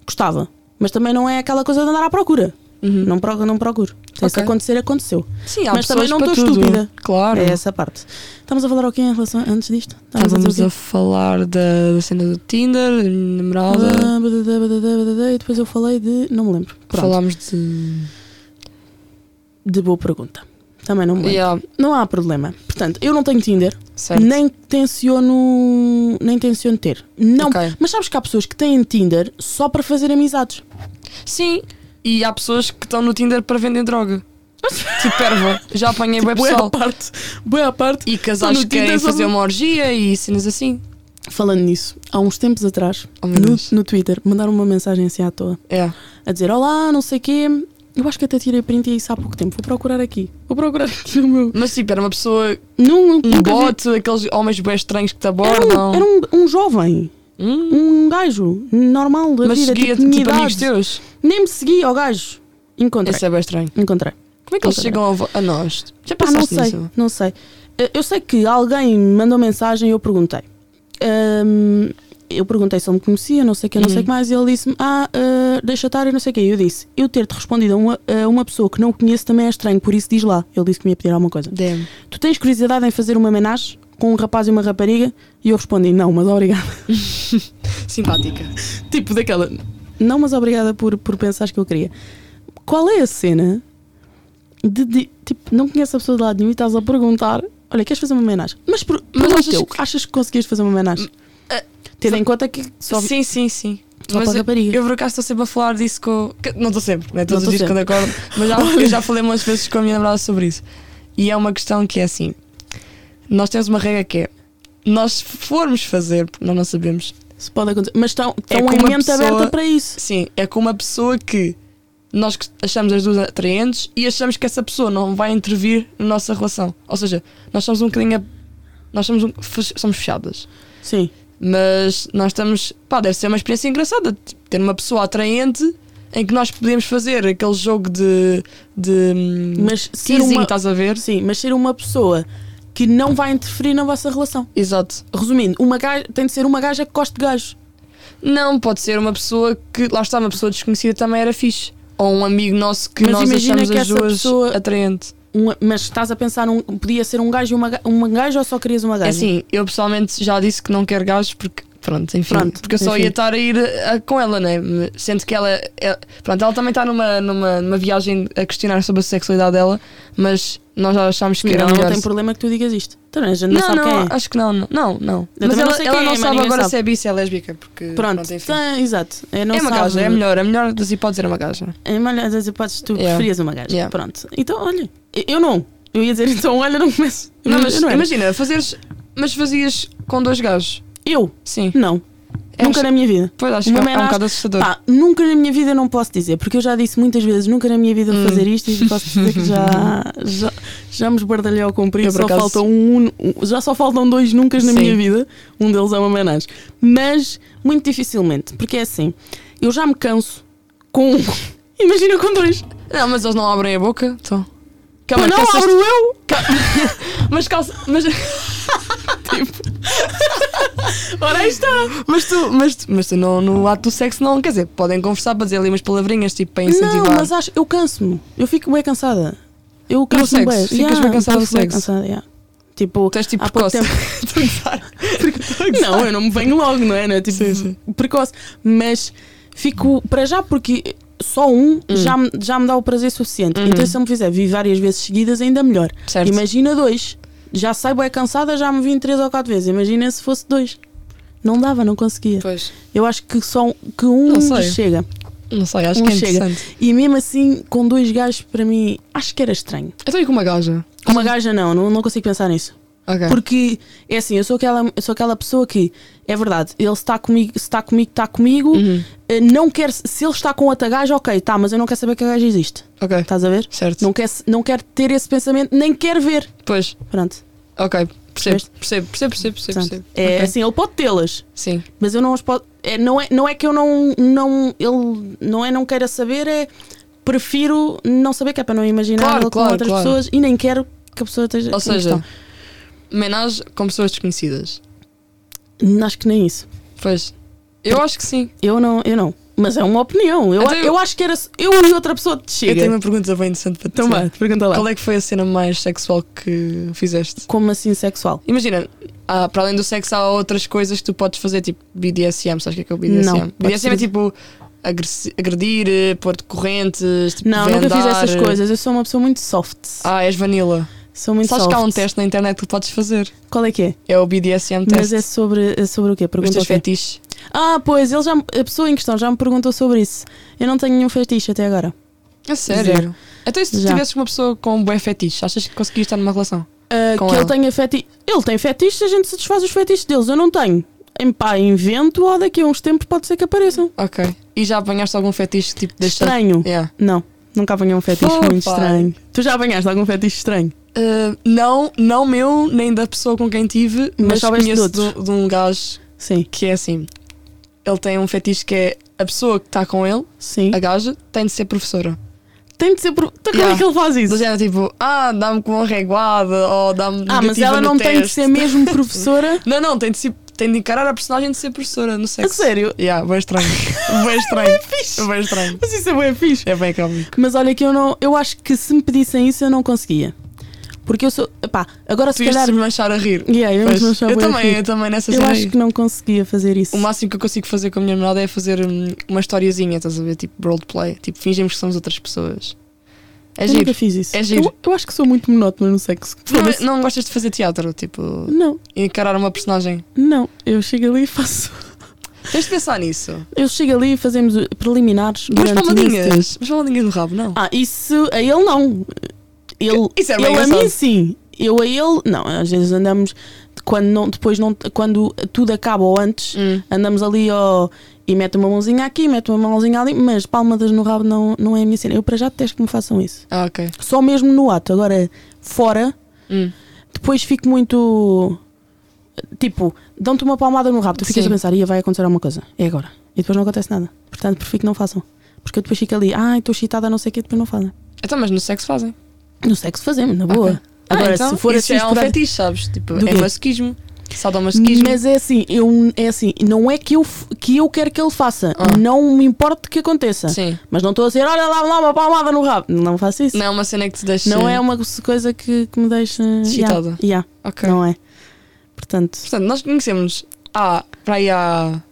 gostava. Mas também não é aquela coisa de andar à procura.
Uhum.
Não, pro- não procuro. Então, Se
Ok.
acontecer, aconteceu.
Sim, há
Mas também
pessoas
não
para
estou
tudo.
estúpida.
Claro.
É essa parte. Estamos a falar o quê em relação antes disto?
Estávamos a
dizer o quê?
falar da, da cena do Tinder, da minha namorada.
Ah, badadá, badadá, badadá, E depois eu falei de. Não me lembro. Pronto.
Falámos de.
De boa pergunta. Também não me lembro.
Yeah,
Não há problema. Portanto, eu não tenho Tinder,
certo.
nem tenciono. Nem tenciono ter. Não.
Ok.
Mas sabes que há pessoas que têm Tinder só para fazer amizades.
Sim. E há pessoas que estão no Tinder para vender droga. tipo erva. Já apanhei bem É pessoal.
parte. Boa à parte.
E casais
Estou
que
Tipo no
querem
Tinder só
fazer
para-
uma orgia e cenas assim.
Falando nisso, há uns tempos atrás,
Oh, meu
no,
Deus.
no Twitter, mandaram uma mensagem assim à toa.
É.
a dizer olá, não sei o quê. Eu acho que até tirei print e isso há pouco tempo. Vou procurar aqui. Vou procurar aqui no meu.
Mas tipo, era uma pessoa,
Não,
um
nunca vi.
bote, aqueles homens bem estranhos que te
Era,
abordam.
um, era um, um jovem,
Hum?
um gajo normal da
Mas
vida,
seguia
tipo, minha
tipo, amigos
idade.
teus.
Nem me seguia ao gajo. Encontrei.
Isso é bem estranho.
Encontrei.
Como é que eles
Encontrei.
chegam a, vo- a nós? Já
Pá, não
pensaste
sei,
nisso?
não sei. Eh, Eu sei que alguém me mandou mensagem e eu perguntei. Ahm, eu perguntei se ele me conhecia, não sei o que, não sei o
Uhum.
que mais, e ele disse-me: Ah, eh, deixa estar e não sei o que. Eu disse: Eu ter-te respondido a uma, a uma pessoa que não conheço também é estranho, por isso diz lá. Ele disse que me ia pedir alguma coisa.
Damn.
Tu tens curiosidade em fazer uma homenagem com um rapaz e uma rapariga? E eu respondi: Não, mas obrigada.
Simpática.
tipo daquela: Não, mas obrigada por, por pensares que eu queria. Qual é a cena de, de- tipo, não conheces a pessoa de lado nenhum e estás a perguntar: Olha, queres fazer uma homenagem? Mas, por, mas
Mas achas
achas,
que-
que... achas que conseguias fazer uma homenagem?
Ah,
Tendo em conta que só.
Sim, sim, sim. é
Só para
eu,
raparigas.
eu por acaso estou sempre a falar disso com. que- Não estou sempre, né? todos
Não
os dias
estou
quando acordo, mas já, eu já falei umas vezes com a minha namorada sobre isso. E é uma questão que é assim: nós temos uma regra que é, nós se formos fazer, porque nós não sabemos,
se pode acontecer. Mas estão,
É
estão
com
em
uma
mente
pessoa-
aberta para isso.
sim, é com uma pessoa que nós que achamos as duas atraentes e achamos que essa pessoa não vai intervir na nossa relação. Ou seja, nós somos um bocadinho. a- Nós somos, um- fech- somos fechadas.
Sim.
Mas nós estamos. Pá, deve ser uma experiência engraçada. tipo, ter uma pessoa atraente em que nós podemos fazer aquele jogo de. de hum,
Mas ser,
teasing,
uma,
estás a ver?
sim, mas ser uma pessoa que não vai interferir na vossa relação.
Exato.
Resumindo, uma gaja, tem de ser uma gaja que goste de gajos.
Não, pode ser uma pessoa que. Lá está, uma pessoa desconhecida também era fixe. Ou um amigo nosso que
Mas
nós
imagina
achamos
que
as
essa
duas
pessoa-
atraente.
Um- mas estás a pensar, num, podia ser um gajo e uma, ga- uma gaja ou só querias uma
É
gaja?
assim, eu pessoalmente já disse que não quero gajos porque. Pronto, enfim.
Pronto,
porque eu só
enfim.
ia estar a ir ah, com ela, né? Sendo que ela. é- pronto, ela também está numa, numa, numa viagem a questionar sobre a sexualidade dela, mas nós já achámos que
Mira,
era
ela não
melhor
tem problema que tu digas isto. Também a gente não,
Não,
sabe
não, ah,
quem é.
acho que não, não, não. não.
Eu
Mas
também não
ela,
sei
ela
quem é,
não
mas
sabe
ninguém
agora
sabe.
se é bi, se é lésbica, porque
Pronto,
enfim.
tá, exato. Eu não
é uma
sabe-
gaja, é melhor, é melhor das hipóteses era uma gaja.
É melhor, às vezes podes, tu
Yeah.
preferias uma gaja.
Yeah.
Pronto. Então, olha, eu- eu não. Eu ia dizer, então, olha, não começo. Eu
Não, mas
eu não é. era.
imagina, fazeres, mas fazias com dois gajos.
Eu?
Sim.
Não.
É
nunca
um-
na minha vida.
Pois acho
Uma
que é, é um
homenagem-
bocado assustador.
Pá, nunca na minha vida eu não posso dizer, porque eu já disse muitas vezes, nunca na minha vida vou
Hum.
fazer isto e posso dizer que já, já, já me esbardalhei ao comprido,
Eu, por
só
acaso-
faltam um, um- já só faltam dois nunca na
Sim.
minha vida, um deles é uma homenagem. Mas muito dificilmente, porque é assim, eu já me canso com um. Imagina com dois.
Não, mas eles não abrem a boca. Então.
Pá,
Calma,
não
calças-
abro eu!
Mas calça. Mas,
Ora aí está!
mas tu, mas, tu- mas tu não, no ato do sexo não. Quer dizer, podem conversar para dizer ali umas palavrinhas tipo para
Não,
incentivar.
mas acho, eu canso-me, eu fico bem cansada. Eu canso-me
sexo?
bem.
Ficas bem cansada do
fico bem
sexo?
cansada, yeah. Tipo,
Tu és tipo
há pouco
precoce.
tempo-
Estou a gozar. Estou a gozar.
Não, eu não me venho logo, não é? Não é? Tipo,
Sim, sim.
precoce. Mas fico para já porque só um
Hum.
já, me- já me dá o prazer suficiente. Então se eu me fizer vir várias vezes seguidas, ainda melhor.
Uhum. Certo.
Imagina dois. Já sai é cansada, já me vim três ou quatro vezes. Imagina se fosse dois. Não dava, não conseguia.
Pois.
Eu acho que só um- que um
Não sei.
chega.
Não sei, acho
Um
que é
chega.
interessante.
E mesmo assim, com dois gajos, para mim, acho que era estranho.
Então e com uma gaja?
Com uma gaja, não, não, não consigo pensar nisso.
Ok.
Porque é assim, eu sou aquela, eu sou aquela pessoa que é verdade, ele está comigo, se está comigo, está comigo.
Uhum.
eh, Não quer, se ele está com outra gaja, ok, tá, mas eu não quero saber que a gaja existe.
Ok.
Estás a ver?
Certo.
Não quero, não quero ter esse pensamento, nem quero ver.
Pois.
Pronto.
Ok. Percebo,
Percebeste?
percebo, percebo, percebo, percebo.
portanto,
percebo.
é
Ok.
assim, ele pode tê-las,
Sim.
mas eu não as posso. É, não, é, não é que eu não, não. Ele não é não queira saber, é prefiro não saber que é para não imaginar
Claro,
ele
claro,
com outras
claro.
pessoas e nem quero que a pessoa esteja.
Ou
em
seja,
questão.
homenagem com pessoas desconhecidas.
acho que nem isso.
Pois. Eu acho que sim.
Eu não, eu não. Mas é uma opinião. Eu,
Então eu-
eu acho que era. Eu e outra pessoa te
Eu
chega.
tenho uma pergunta bem interessante para te
Então
fazer.
vá, pergunta lá.
Qual é que foi a cena mais sexual que fizeste?
Como assim sexual?
Imagina, há- para além do sexo há outras coisas que tu podes fazer, tipo BDSM, sabes o que é que é o BDSM?
Não, pode
BDSM é
ser.
tipo agressi- agredir, eh, pôr-te correntes, tipo,
Não, nunca fiz
vendar.
essas coisas. Eu sou uma pessoa muito soft.
Ah, és vanilla.
sou muito
sabes
soft.
que há um teste na internet que tu podes fazer.
Qual é que é?
É o BDSM
Mas
teste.
é sobre, é sobre o quê?
Os
Pergunta
teus
o quê?
fetiches.
Ah, pois, ele já, me- a pessoa em questão já me perguntou sobre isso. Eu não tenho nenhum fetiche até agora.
A É sério? Então, e se tu
Já.
tivesses uma pessoa com um bom fetiche, achas que conseguias estar numa relação?
Ah,
Com
que
ela.
ele tenha fetiche. Ele tem fetiches, a gente satisfaz os fetiches deles. Eu não tenho. Em pá, invento ou daqui a uns tempos pode ser que apareçam.
Ok. E já apanhaste algum fetiche tipo deixa...
Estranho.
Yeah.
Não, nunca apanhei um fetiche
Oh,
muito
pai.
estranho. Tu já apanhaste algum fetiche estranho?
Uh, não, não meu, nem da pessoa com quem tive, mas,
Mas talvez de
conheço
outros.
de, de um gajo
Sim,
que é assim. Ele tem um fetiche que é a pessoa que está com ele,
sim.
a gaja, tem de ser professora.
tem de ser. Por... Então, como
Yeah.
é que ele faz
Do
isso?
género tipo, ah, dá-me com uma reguada ou dá-me.
Ah, mas
negativa
ela
no
não tem de
teste.
ser mesmo professora.
Não, não, tem de, ser, tem de encarar a personagem de ser professora, não sei.
A sério?
Yeah, bem estranho. bem
É
estranho.
fixe.
bem estranho.
Mas isso é bem fixe.
É bem cómico.
Mas olha que eu não. Eu acho que se me pedissem isso eu não conseguia. Porque eu sou. Pá, agora
Tu
se
ias
calhar.
desmanchar a rir.
Yeah, eu
Pois,
mesmo achava
eu
bué
também,
fixe.
eu também nessa
Eu assim,
cena
acho
aí.
que não conseguia fazer isso.
O máximo que eu consigo fazer com a minha namorada é fazer hum, uma historiazinha, estás a ver? Tipo roleplay. Tipo, fingimos que somos outras pessoas. É
eu
giro.
nunca fiz isso.
É giro.
Eu, eu acho que sou muito monótona no sexo. Foda-se.
Não, não gostas de fazer teatro, tipo,
é- Não,
encarar uma personagem.
não. Eu chego ali e faço.
Tens de pensar nisso.
Eu chego ali e fazemos preliminares
Mas
durante imenso tempo.
palmadinhas. Mas palmadinhas no rabo, não.
Ah, isso a ele não. Ele,
Isso era bem
ele a
engraçado.
mim sim. Eu a ele, não, às vezes andamos quando não, depois não, quando tudo acaba ou antes,
Hum.
andamos ali ó, e mete uma mãozinha aqui, mete uma mãozinha ali, mas palmadas no rabo não, não é a minha cena. Eu para já detesto que me façam isso.
Ah, ok.
Só mesmo no ato, agora fora,
Hum.
depois fico muito tipo, dão-te uma palmada no rabo, tu ficas
Sim.
a pensar, ia vai acontecer alguma coisa, é agora. E depois não acontece nada. Portanto, prefiro que não façam. Porque eu depois fico ali, ai, estou excitada, não sei o que, depois não fazem.
Então, mas no sexo fazem.
No sexo fazemos, na boa.
Ok.
Agora,
Ah, então,
se for
isso
assim,
é um fetiche, um sabes? Tipo,
Do
é
quê?
masoquismo. Sadomasoquismo.
mas é assim, eu, é assim, não é que eu, f- que eu quero que ele faça,
Ah.
não me importa que aconteça.
Sim.
Mas não estou a dizer, olha lá, lá uma palmada no rabo. Não faço isso.
Não é uma cena que te deixa.
Não é uma coisa que, que me deixa.
Excitada.
Yeah, yeah,
tá Ok.
Não é. Portanto,
Portanto, nós conhecemos há. para aí há.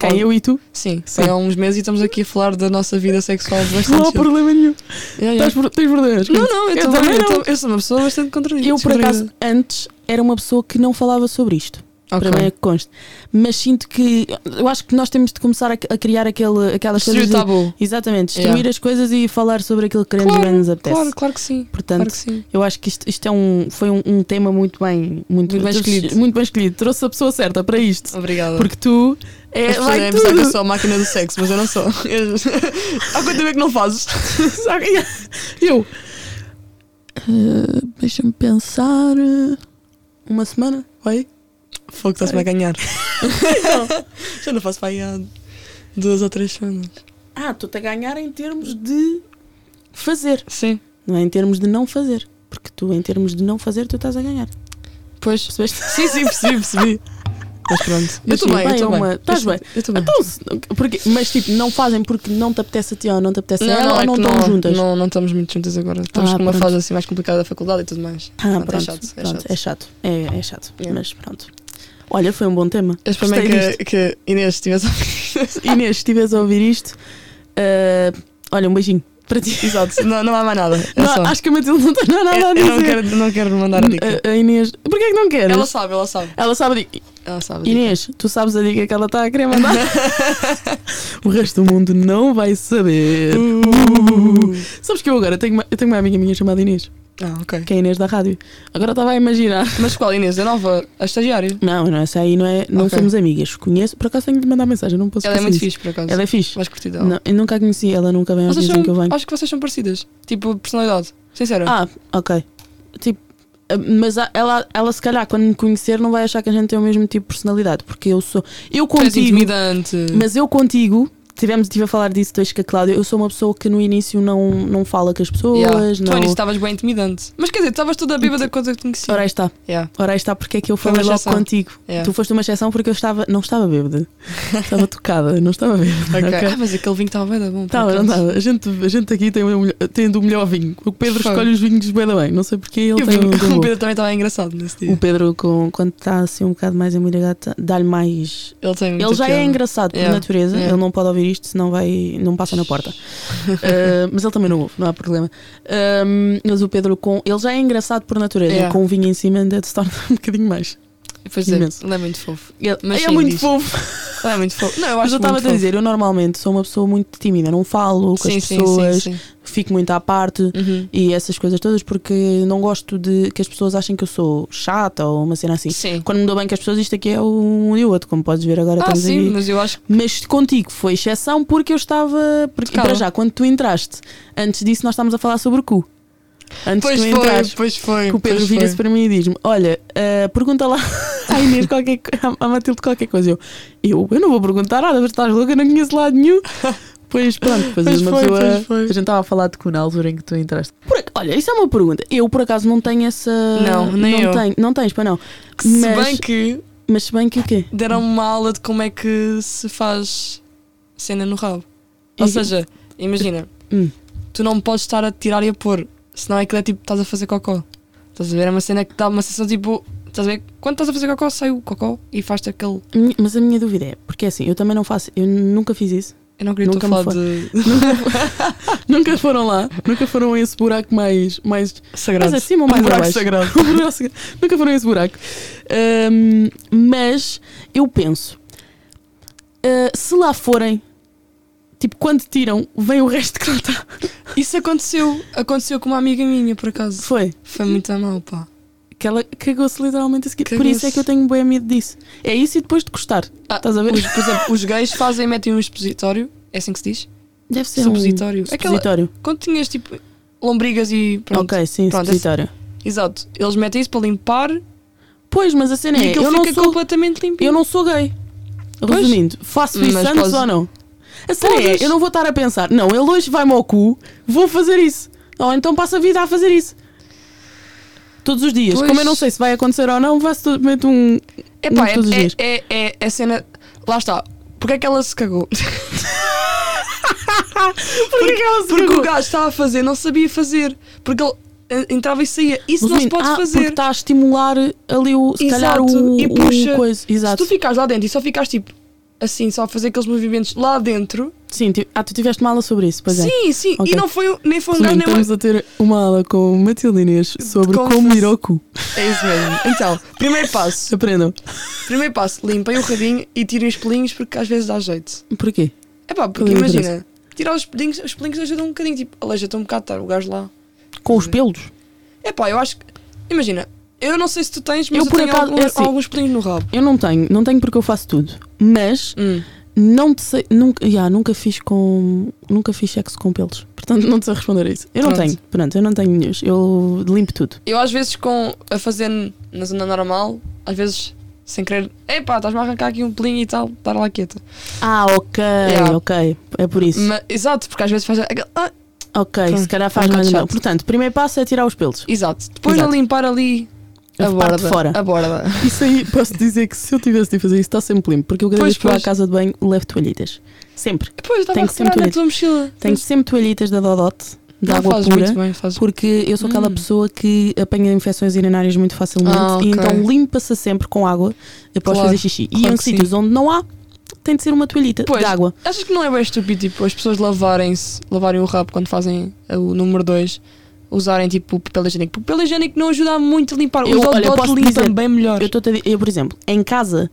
quem eu e tu?
Sim,
Sim.
foi há uns meses e estamos aqui a falar da nossa vida sexual
Não há
bastante.
problema nenhum.
Yeah, yeah.
Tens, pro- tens problemas.
Não, não, eu,
Eu
também,
também
eu
não.
tam- eu sou uma pessoa bastante contraída.
Eu, por acaso, antes era uma pessoa que não falava sobre isto.
Ok.
Para mim é que conste. Mas sinto que. Eu acho que nós temos de começar a, a criar aquele, aquelas
Destruir
coisas.
o
de-
tabu.
Exatamente, destruir
Yeah.
as coisas e falar sobre aquilo que queremos
É. Claro,
bem nos apetece.
Claro, claro que sim.
Portanto,
claro que sim.
eu acho que isto, isto é um, foi um, um tema muito bem, muito,
Muito bem
trouxe-
escolhido.
muito bem escolhido. Trouxe a pessoa certa para isto.
Obrigada.
Porque tu
As
é,
pessoas
vai
devem pensar que eu
tudo.
sou a máquina do sexo, mas eu não sou. Eu- Há quanto tempo é que não fazes?
eu. eh, Deixa-me pensar. eh, Uma semana? Vai?
Fogo, estás-me a ganhar. Já não faço para aí há duas ou três semanas.
Ah, estou-te a ganhar em termos de fazer,
Sim.
não é em termos de não fazer. Porque tu, em termos de não fazer, tu estás a ganhar.
Pois.
Percebeste?
Sim, sim, percebi, percebi. Mas pronto.
Mas sim, bem, é
estou
uma- estás
Eu-
bem.
Eu também.
Então, se- porque, mas tipo, não fazem porque não te apetece a ti ou não te apetece a ela ou
é
não
que
estão juntas.
Não, não estamos muito juntas agora. Estamos
Ah,
numa
pronto.
fase assim mais complicada da faculdade e tudo mais.
Ah,
Pronto, é
pronto,
chato, é
pronto,
chato.
é chato. É, é chato,
Yeah.
mas pronto. Olha, foi um bom tema.
Eu espero bem
Gostei
que, que Inês estivesse a
disto. Inês, se estiveres a ouvir isto, ah, olha, um beijinho para ti.
Exato, não, não há mais nada. É
Não,
só. É,
acho que a Matilde não tem nada
Eu-
a
eu,
dizer.
não, quero, não quero mandar a dica.
A- a Inês, porquê é que não queres?
Ela sabe, ela sabe.
Ela sabe a dica.
Ela sabe. a dica.
Inês, tu sabes a dica que ela está a querer mandar? o resto do mundo não vai saber.
Uh.
Sabes que eu agora tenho uma, eu tenho uma amiga minha chamada Inês,
Ah, ok.
que é a Inês da rádio. Agora estava a imaginar.
Mas qual, Inês? A nova, a estagiária.
Não, não, essa aí não é. Não
Ok.
somos amigas. Conheço, por acaso tenho de lhe mandar mensagem, não posso
Ela é
esquecer
muito
disso.
fixe, por acaso.
Ela é fixe.
Vais curtir dela.
Não, eu nunca a conheci, ela nunca vem ao
Vocês
dias
são,
em que eu venho.
Acho que vocês são parecidas. Tipo, personalidade. Sincera.
Ah, ok. Tipo, eh, mas a- ela, ela se calhar quando me conhecer não vai achar que a gente tem o mesmo tipo de personalidade, porque eu sou. Eu
Tu és
contigo.
intimidante.
Mas eu contigo, tivemos, estive a falar disso depois com a Cláudia, eu sou uma pessoa que no início não, não fala com as pessoas,
Yeah. Então, tá Tu,
não.
Inês, estavas bem intimidante. Mas quer dizer, tu estavas toda bêbada quando eu te conheci.
Ora aí está,
Yeah.
ora aí está, porque é que eu
Foi
falei
uma
logo
exceção.
contigo.
Yeah.
Tu foste uma exceção porque eu estava, não estava bêbada, estava tocada, não estava bêbada.
Ok.
ok?
Ah, mas aquele vinho estava bem bom. por
Estava, não
acaso.
estava. A gente, a gente aqui tem, o melhor- tem do melhor vinho. O Pedro
Foi.
escolhe os vinhos bem da bem. Não sei porque ele
E
tem
o vinho-
um tão
o
bom.
Pedro também estava engraçado nesse
O
dia.
Pedro, com, quando está assim um bocado mais embriagado, tá- dá-lhe mais.
Ele tem muita
Ele já é
piada.
engraçado por
Yeah,
natureza,
yeah.
ele não pode ouvir isto, senão vai, não passa na porta. Uh, mas ele também não ouve, não há problema. Um, mas o Pedro, com, ele já é engraçado por natureza,
Yeah.
com o vinho em cima, ainda se torna um bocadinho mais.
Pois é,
Imenso.
ele é muito fofo.
Ele,
Mas
é
sim,
muito
diz.
fofo.
Ele é muito fofo. Não, eu
Mas
acho
eu estava a
muito fofo.
dizer, eu normalmente sou uma pessoa muito tímida, não falo com
Sim,
as
sim,
pessoas,
sim, sim.
fico muito à parte.
Uhum.
e essas coisas todas porque não gosto de que as pessoas achem que eu sou chata ou uma cena assim.
Sim.
Quando me dou bem com as pessoas, isto aqui é um e o outro, como podes ver agora
Ah,
estamos
sim,
aí.
mas eu acho que.
Mas contigo foi exceção porque eu estava. Porque,
Calma.
para já, quando tu entraste, antes disso nós estávamos a falar sobre o cu. Antes
Pois
de tu
foi,
entrares,
pois foi.
que o Pedro
pois foi.
vira-se para mim e diz-me: Olha, ah, pergunta lá à Inês qualquer co- à- à Matilde qualquer coisa. Eu, eu, eu não vou perguntar nada, mas estás louca, eu não conheço lado nenhum. Pois pronto, pois
Pois
uma
foi,
pessoa.
pois foi.
A gente estava a falar de cu na altura em que tu entraste. Por ac- olha, isso é uma pergunta. Eu por acaso não tenho essa.
Não, nem
não
eu.
Tenho, não tens, para não.
Se
Mas-
bem que
Mas se bem que o quê?
deram uma aula de como é que se faz cena no rabo. Ou
E-
seja, imagina,
Hum.
tu não podes estar a tirar e a pôr, senão é que é tipo, estás a fazer cocó. Estás a ver? É uma cena que dá uma sensação tipo, estás a ver? Quando estás a fazer cocó, sai o cocó e faz-te aquele.
Minha- Mas a minha dúvida é, porque é assim, eu também não faço, eu nunca fiz isso.
Eu não queria que tu
Nunca me
falar de
Nunca foram lá, nunca foram a esse buraco mais, mais
sagrado.
Mais acima ou mais
um buraco
abaixo?
sagrado.
O buraco sagrado. Nunca foram esse buraco. Ahm, mas eu penso, ah, se lá forem, tipo, quando tiram, vem o resto que lá está.
Isso aconteceu, aconteceu com uma amiga minha, por acaso.
Foi.
Foi muito a mal, pá.
Que ela cagou-se literalmente a seguir. Por
Cagou-se.
isso é que eu tenho bem medo disso. É isso e depois de gostar.
Ah,
Estás a ver?
Os, por exemplo, os gays fazem, metem um expositório, é assim que se diz?
Deve ser
supositório.
um
Aquela-
supositório.
Quando tinhas tipo lombrigas e pronto.
Ok, sim,
Pronto,
supositório.
Exato. Eles metem isso para limpar
Pois, mas a cena é,
e aquilo
eu não
fica
sou
completamente limpo.
Eu não sou gay.
Pois. Hum,
Resumindo, faço
Mas
isso antes
podes-
ou não? A sério,
Podes.
é, eu não vou estar a pensar, não, ele hoje vai-me ao cu, vou fazer isso. Ou então passo a vida a fazer isso. Todos os dias.
Pois.
Como eu não sei se vai acontecer ou não, faço tudo- meto um. não
Epá,
todos os
é,
dias.
é, é, é a cena. Lá está. Porque é que ela se cagou? é
Porque ela se
Porque
cagou?
o gajo estava a fazer, não sabia fazer. Porque ele eh, entrava e saía. Isso não se
Resumindo,
pode
ah, Porque
fazer.
está a estimular ali o. Se calhar
Exato,
o.
e
o
puxa.
coisa.
Se
Exato.
tu ficares lá dentro e só ficares tipo assim, só a fazer aqueles movimentos lá dentro.
Sim, ti- ah, tu tiveste mala sobre isso, pois é.
sim, sim.
Ok.
E não foi, um- nem foi um gajo
Resumindo,
nem uma.
estamos a ter uma aula com Matilde Inês sobre
Como
como,
faz-
ir ao cu.
É isso mesmo. Então, primeiro passo.
Aprendam.
Primeiro passo, limpem o rabinho e tirem os pelinhos porque às vezes dá jeito.
Porquê?
É pá, porque
Qual é a
imagina, tirar os pelinhos, os pelinhos ajudam um bocadinho, tipo, aleja-te um bocado, tá, o gajo lá.
Com os pelos?
É pá, eu acho que. Imagina, eu não sei se tu tens, mas
Eu,
eu,
por
tenho
acaso,
alguns,
é assim.
alguns pelinhos no rabo. Hum.
Eu não tenho, não tenho porque eu faço tudo. Mas não te sei, nunca, já, nunca fiz com, nunca fiz sexo com pelos. Portanto, não te sei responder a isso. Eu não
Pronto.
tenho, pronto, eu não tenho nenhum. Eu limpo tudo.
Eu às vezes com a fazer na zona normal, às vezes sem querer, é pá, estás-me a arrancar aqui um pelinho e tal, dar lá quieta.
Ah, ok,
Yeah.
ok. É por isso.
Ma- exato, porque às vezes faz aquele. ah,
ok,
Pronto,
se calhar
é
faz
um
mais
bocado
mal.
chato.
Portanto, primeiro passo é tirar os pelos.
exato. Depois
Exato.
a limpar ali
A
a
parte
borda.
de fora.
A borda.
Isso aí posso dizer que se eu tivesse de fazer isso, está sempre limpo. Porque eu cada
Pois,
vez que vou à
pois.
casa de banho, levo toalhitas. Sempre.
Depois estava
Tem
a
que sempre
reparar na
ir.
tua mochila.
Tenho sempre toalhitas da Dodote, de
Não,
água
fazes
pura.
muito bem, fazes
Porque eu sou aquela
Hum.
pessoa que apanha infecções urinárias muito facilmente
Ah,
e
ok.
então limpa-se sempre com água após
Claro,
fazer xixi. e
claro
em
que sim.
sítios onde não há, tem de ser uma toalhita
Pois.
de água.
Achas que não é bem estúpido tipo, as pessoas lavarem-se, lavarem o rabo quando fazem o número 2, usarem tipo papel higiênico? Papel higiênico não ajuda muito a limpar.
Eu-
Os
olha,
odores
posso
limpam
dizer-
bem melhor.
Eu, estou a dizer- eu, por exemplo, em casa,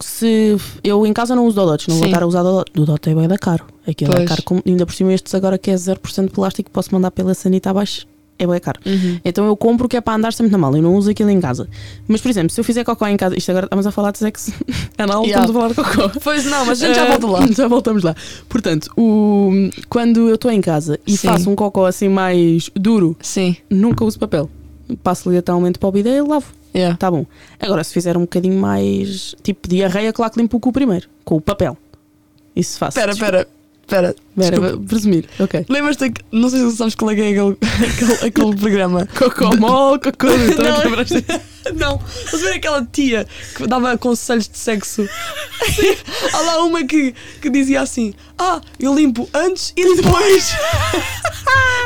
se eu em casa não uso dodotes, não vou
Sim.
estar a usar dodotes. Dodote é bem da caro. Aquilo é
Pois.
caro. como- ainda por cima, estes agora que é 0% de plástico, posso mandar pela sanita abaixo, é bem caro.
Uhum.
Então eu compro o que é para andar sempre na mala, eu não uso aquilo em casa. Mas, por exemplo, se eu fizer cocó em casa, isto agora estamos a falar de sexo anal,
Yeah.
estamos a falar de cocó.
Pois não, mas a gente já
Eh,
volta lá.
Já voltamos lá. Portanto, o, quando eu estou em casa e
Sim.
faço um cocó assim mais duro,
Sim,
nunca uso papel. Passo literalmente para o bidé e lavo.
yeah.
Tá bom. Agora, se fizer um bocadinho mais tipo diarreia, claro que limpo o cu primeiro, com o papel. Isso faço.
Pera,
Desculpa.
pera, pera.
Pera,
Desculpa.
vou presumir. Ok.
Lembras-te que. Não sei se tu sabes qual é que é aquele, aquele, aquele programa.
Cocó mol, cocó. então
Não.
lembraste-
Não, estás a ver aquela tia que dava conselhos de sexo? Há lá uma que, que dizia assim: Ah, eu limpo antes e depois.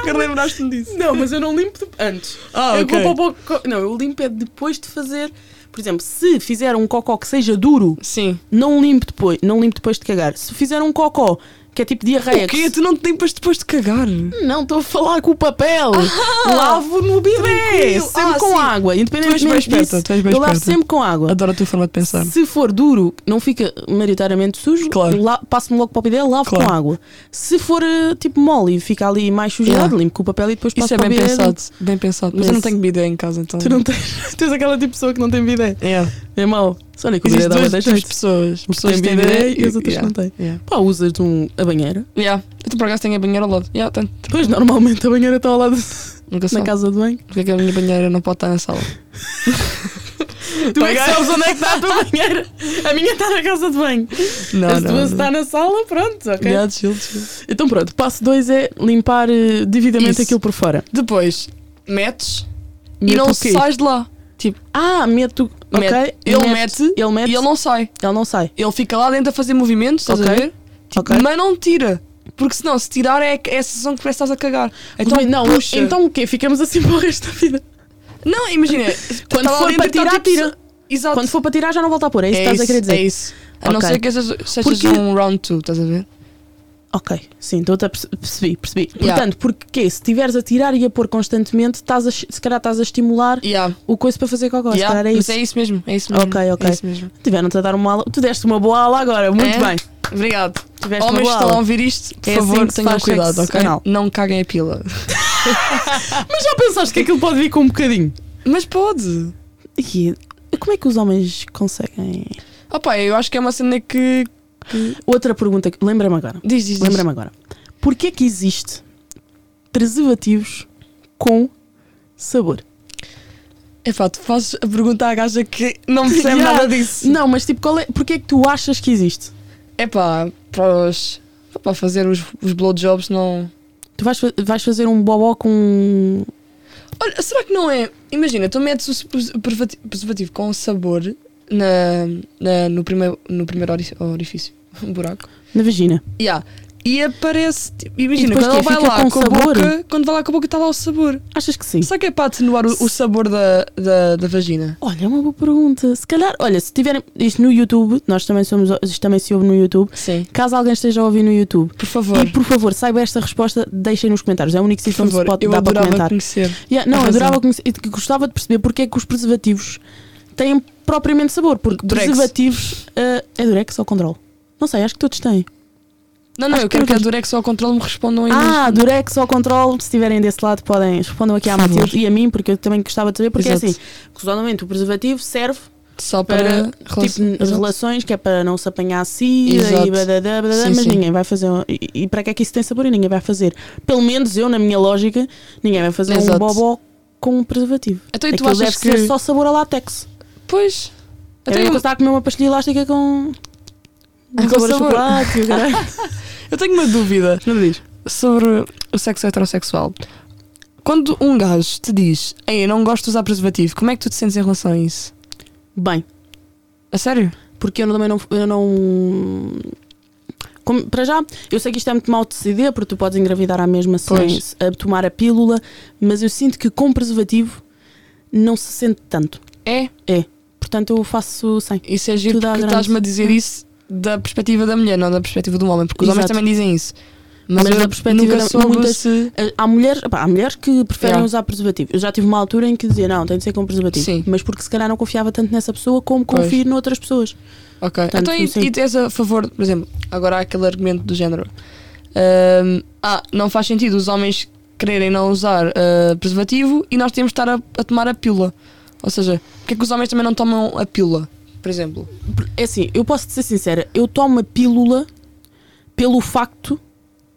que lembraste-me disso?
Não, mas eu não limpo de- antes.
Ah,
eu
ok.
vou para o cocó- Não, eu limpo é depois de fazer. Por exemplo, se fizer um cocó que seja duro,
Sim.
não limpo depois, não limpo depois de cagar. Se fizer um cocó, que é tipo diarreia.
O quê?
que
Tu não te limpas depois de cagar?
se- Não, estou a falar com o papel. Lavo no bidé,
Ah! Tranquilo.
sempre
Ah,
com
sim.
água, independentemente
Tu és bem esperta,
disso.
tu és bem
eu lavo
esperta.
sempre com água.
Adoro a tua forma de pensar.
Se for duro, não fica maioritariamente sujo,
Claro.
la- passo-me logo para o bidé, lavo
Claro.
com água. Se for eh, tipo mole e fica ali mais sujidade,
Yeah.
limpo com o papel e depois passo
Isso é
para
bem
o bidé.
pensado, bem pensado. Mas eu não tenho bidé em casa, então.
Tu não tens, tens aquela tipo de pessoa que não tem bidé.
É.
É mau. Só nem que o bidé
Existem
dá bué
duas,
da
duas
jeito.
pessoas.
que
Pessoas que
têm
têm
bidé
bidé
e as outras que não têm.
Yeah.
Pá, usas um, a banheira.
Yeah. Eu por acaso tenho a banheira ao lado. Yeah, tenho.
Pois, normalmente a banheira está ao lado
Nunca sei.
na casa de banho.
Porque é que a minha banheira não pode estar na sala?
Tu é que
Pagar.
sabes onde é que está a tua banheira? A minha está na casa de banho.
Não,
A
não,
tua
não.
está na sala, pronto, ok.
Yeah, chill, chill.
Então pronto, passo 2 é limpar eh, devidamente
Isso.
aquilo por fora.
Depois, metes e
Mete
não
o quê?
sais de lá.
Ah, meto. Ok.
Mete. Ele mete,
Ele mete.
E ele não sai.
ele não sai.
Ele fica lá dentro a fazer movimentos, estás
Ok.
a ver? Tipo,
Ok.
Mas não tira. Porque senão, se tirar, é, é a sensação que parece que estás a cagar. Então,
Então, não,
puxa.
então o quê? Ficamos assim para o resto da vida.
Não, imagina.
Quando
tá lá
for
dentro
para
e tá,
tirar,
tipo,
tira.
Exato.
Quando for para tirar, já não volta a pôr. É
é
isso que estás a querer dizer.
É isso. A não
Ok.
ser que sejas, sejas
Porque-
um round 2, estás a ver?
Ok, sim, estou a perce- percebi, percebi.
Yeah.
Portanto, porque quê? se estiveres a tirar e a pôr constantemente, estás a, se calhar estás a estimular
Yeah.
o coisa para fazer cocó. Se
yeah.
calhar é
Mas
isso.
é isso mesmo. É isso mesmo.
Ok, ok.
É isso mesmo.
Tiveram-te a dar uma aula. Tu deste uma boa aula agora, muito
É?
bem.
Obrigado.
Tiveste uma
Homens que
boa
estão a
aula.
ouvir isto, por
É assim
favor,
que se
tenham
faz
cuidado,
sexo
ok?
anal.
Não caguem a pila.
Mas já pensaste que aquilo pode vir com um bocadinho?
Mas pode.
E como é que os homens conseguem?
Opa, eu acho que é uma cena que.
Outra pergunta, que- lembra-me agora.
Diz, diz, diz.
Lembra-me agora. Porquê que existe preservativos com sabor?
É pá, tu fazes a pergunta à gaja que não percebe
Yeah.
nada disso.
Não, mas tipo, qual é, porquê é que tu achas que existe?
É pá, para, os- para fazer os, os blowjobs não.
Tu vais, fa- vais fazer um bobó com.
Olha, será que não é? Imagina, tu metes o se- o preservati- preservativo com sabor na, na- no primeiro, no primeiro ori- orifício, um buraco.
na vagina.
Yeah. E aparece, tipo, imagina,
depois
quando ele
quê?
vai
Fica
lá
com
com, a
sabor?
boca, quando vai lá com a boca está lá o sabor.
Achas que sim?
Será que é para atenuar o, o sabor da, da, da vagina?
Olha, é uma boa pergunta. Se calhar, olha, se tiverem isto no YouTube, nós também somos, isto também se ouve no YouTube.
Sim.
Caso alguém esteja a ouvir no YouTube
Por favor.
e por favor saiba esta resposta, deixem nos comentários. É o único
Por
sítio onde se
favor,
pode
eu
dar para
adorava
comentar.
conhecer.
Yeah, não, eu
Arrasou.
adorava conhecer, e que gostava de perceber porque é que os preservativos têm propriamente sabor, porque
Durex.
preservativos ah, é durex ou control? Não sei, acho que todos têm.
Não, não,
Acho
eu
que
quero que a
todos-
Durex ou a Control me respondam aí.
Ah,
mesmo.
durex ou control, se estiverem desse lado podem respondam aqui à
Por favor.
Matilde e a mim, porque eu também gostava de saber, porque
Exato.
é assim, casualmente o preservativo serve
Só
para
para,
tipo,
relação-
nas relações, que é para não se apanhar a si,
Exato.
e badadá, badadá,
Sim,
mas
sim.
ninguém vai fazer. um- E, e para que é que isso tem sabor? E ninguém vai fazer. Pelo menos eu, na minha lógica, ninguém vai fazer um
Exato.
bobó com um preservativo.
Então e tu
Aquilo
achas
deve tipo, ser
que.
só sabor a látex.
Pois.
É mesmo que
Eu
eu
tenho,
estar a comer uma pastilha elástica com.
Ah, com
com sabor a
sabor.
chocolate. é? e o caralho.
eu tenho uma dúvida
Não diz?
sobre o sexo heterossexual. Quando um gajo te diz, ei, eu não gosto de usar preservativo, como é que tu te sentes em relação a isso?
Bem,
A sério?
porque eu também não. Eu não... Como- para já, eu sei que isto é muito mal de se dizer, porque tu podes engravidar à mesma sem
Pois.
a tomar a pílula, mas eu sinto que com preservativo não se sente tanto.
É.
Portanto, eu faço sem.
Isso é giro
Tudo à
porque
grande. É.
estás-me a dizer isso da perspectiva da mulher, não da perspectiva do homem, porque os homens
Exato.
também dizem isso. Mas,
Mas
eu
da perspectiva
nunca
da-
soube
muitas-
se...
Ah, Há mulheres, pá, há mulheres que preferem
Yeah.
usar preservativo. Eu já tive uma altura em que dizia, não, tem de ser com preservativo.
Sim.
Mas porque se calhar não confiava tanto nessa pessoa como
Pois.
confio noutras pessoas.
Ok.
Portanto,
então, e,
sim.
e tens a favor, por exemplo, agora há aquele argumento do género: ahm, ah, não faz sentido os homens quererem não usar ah, preservativo e nós temos de estar a, a tomar a pílula. Ou seja, porque é que os homens também não tomam a pílula, por exemplo?
É assim, eu posso te ser sincera, eu tomo a pílula pelo facto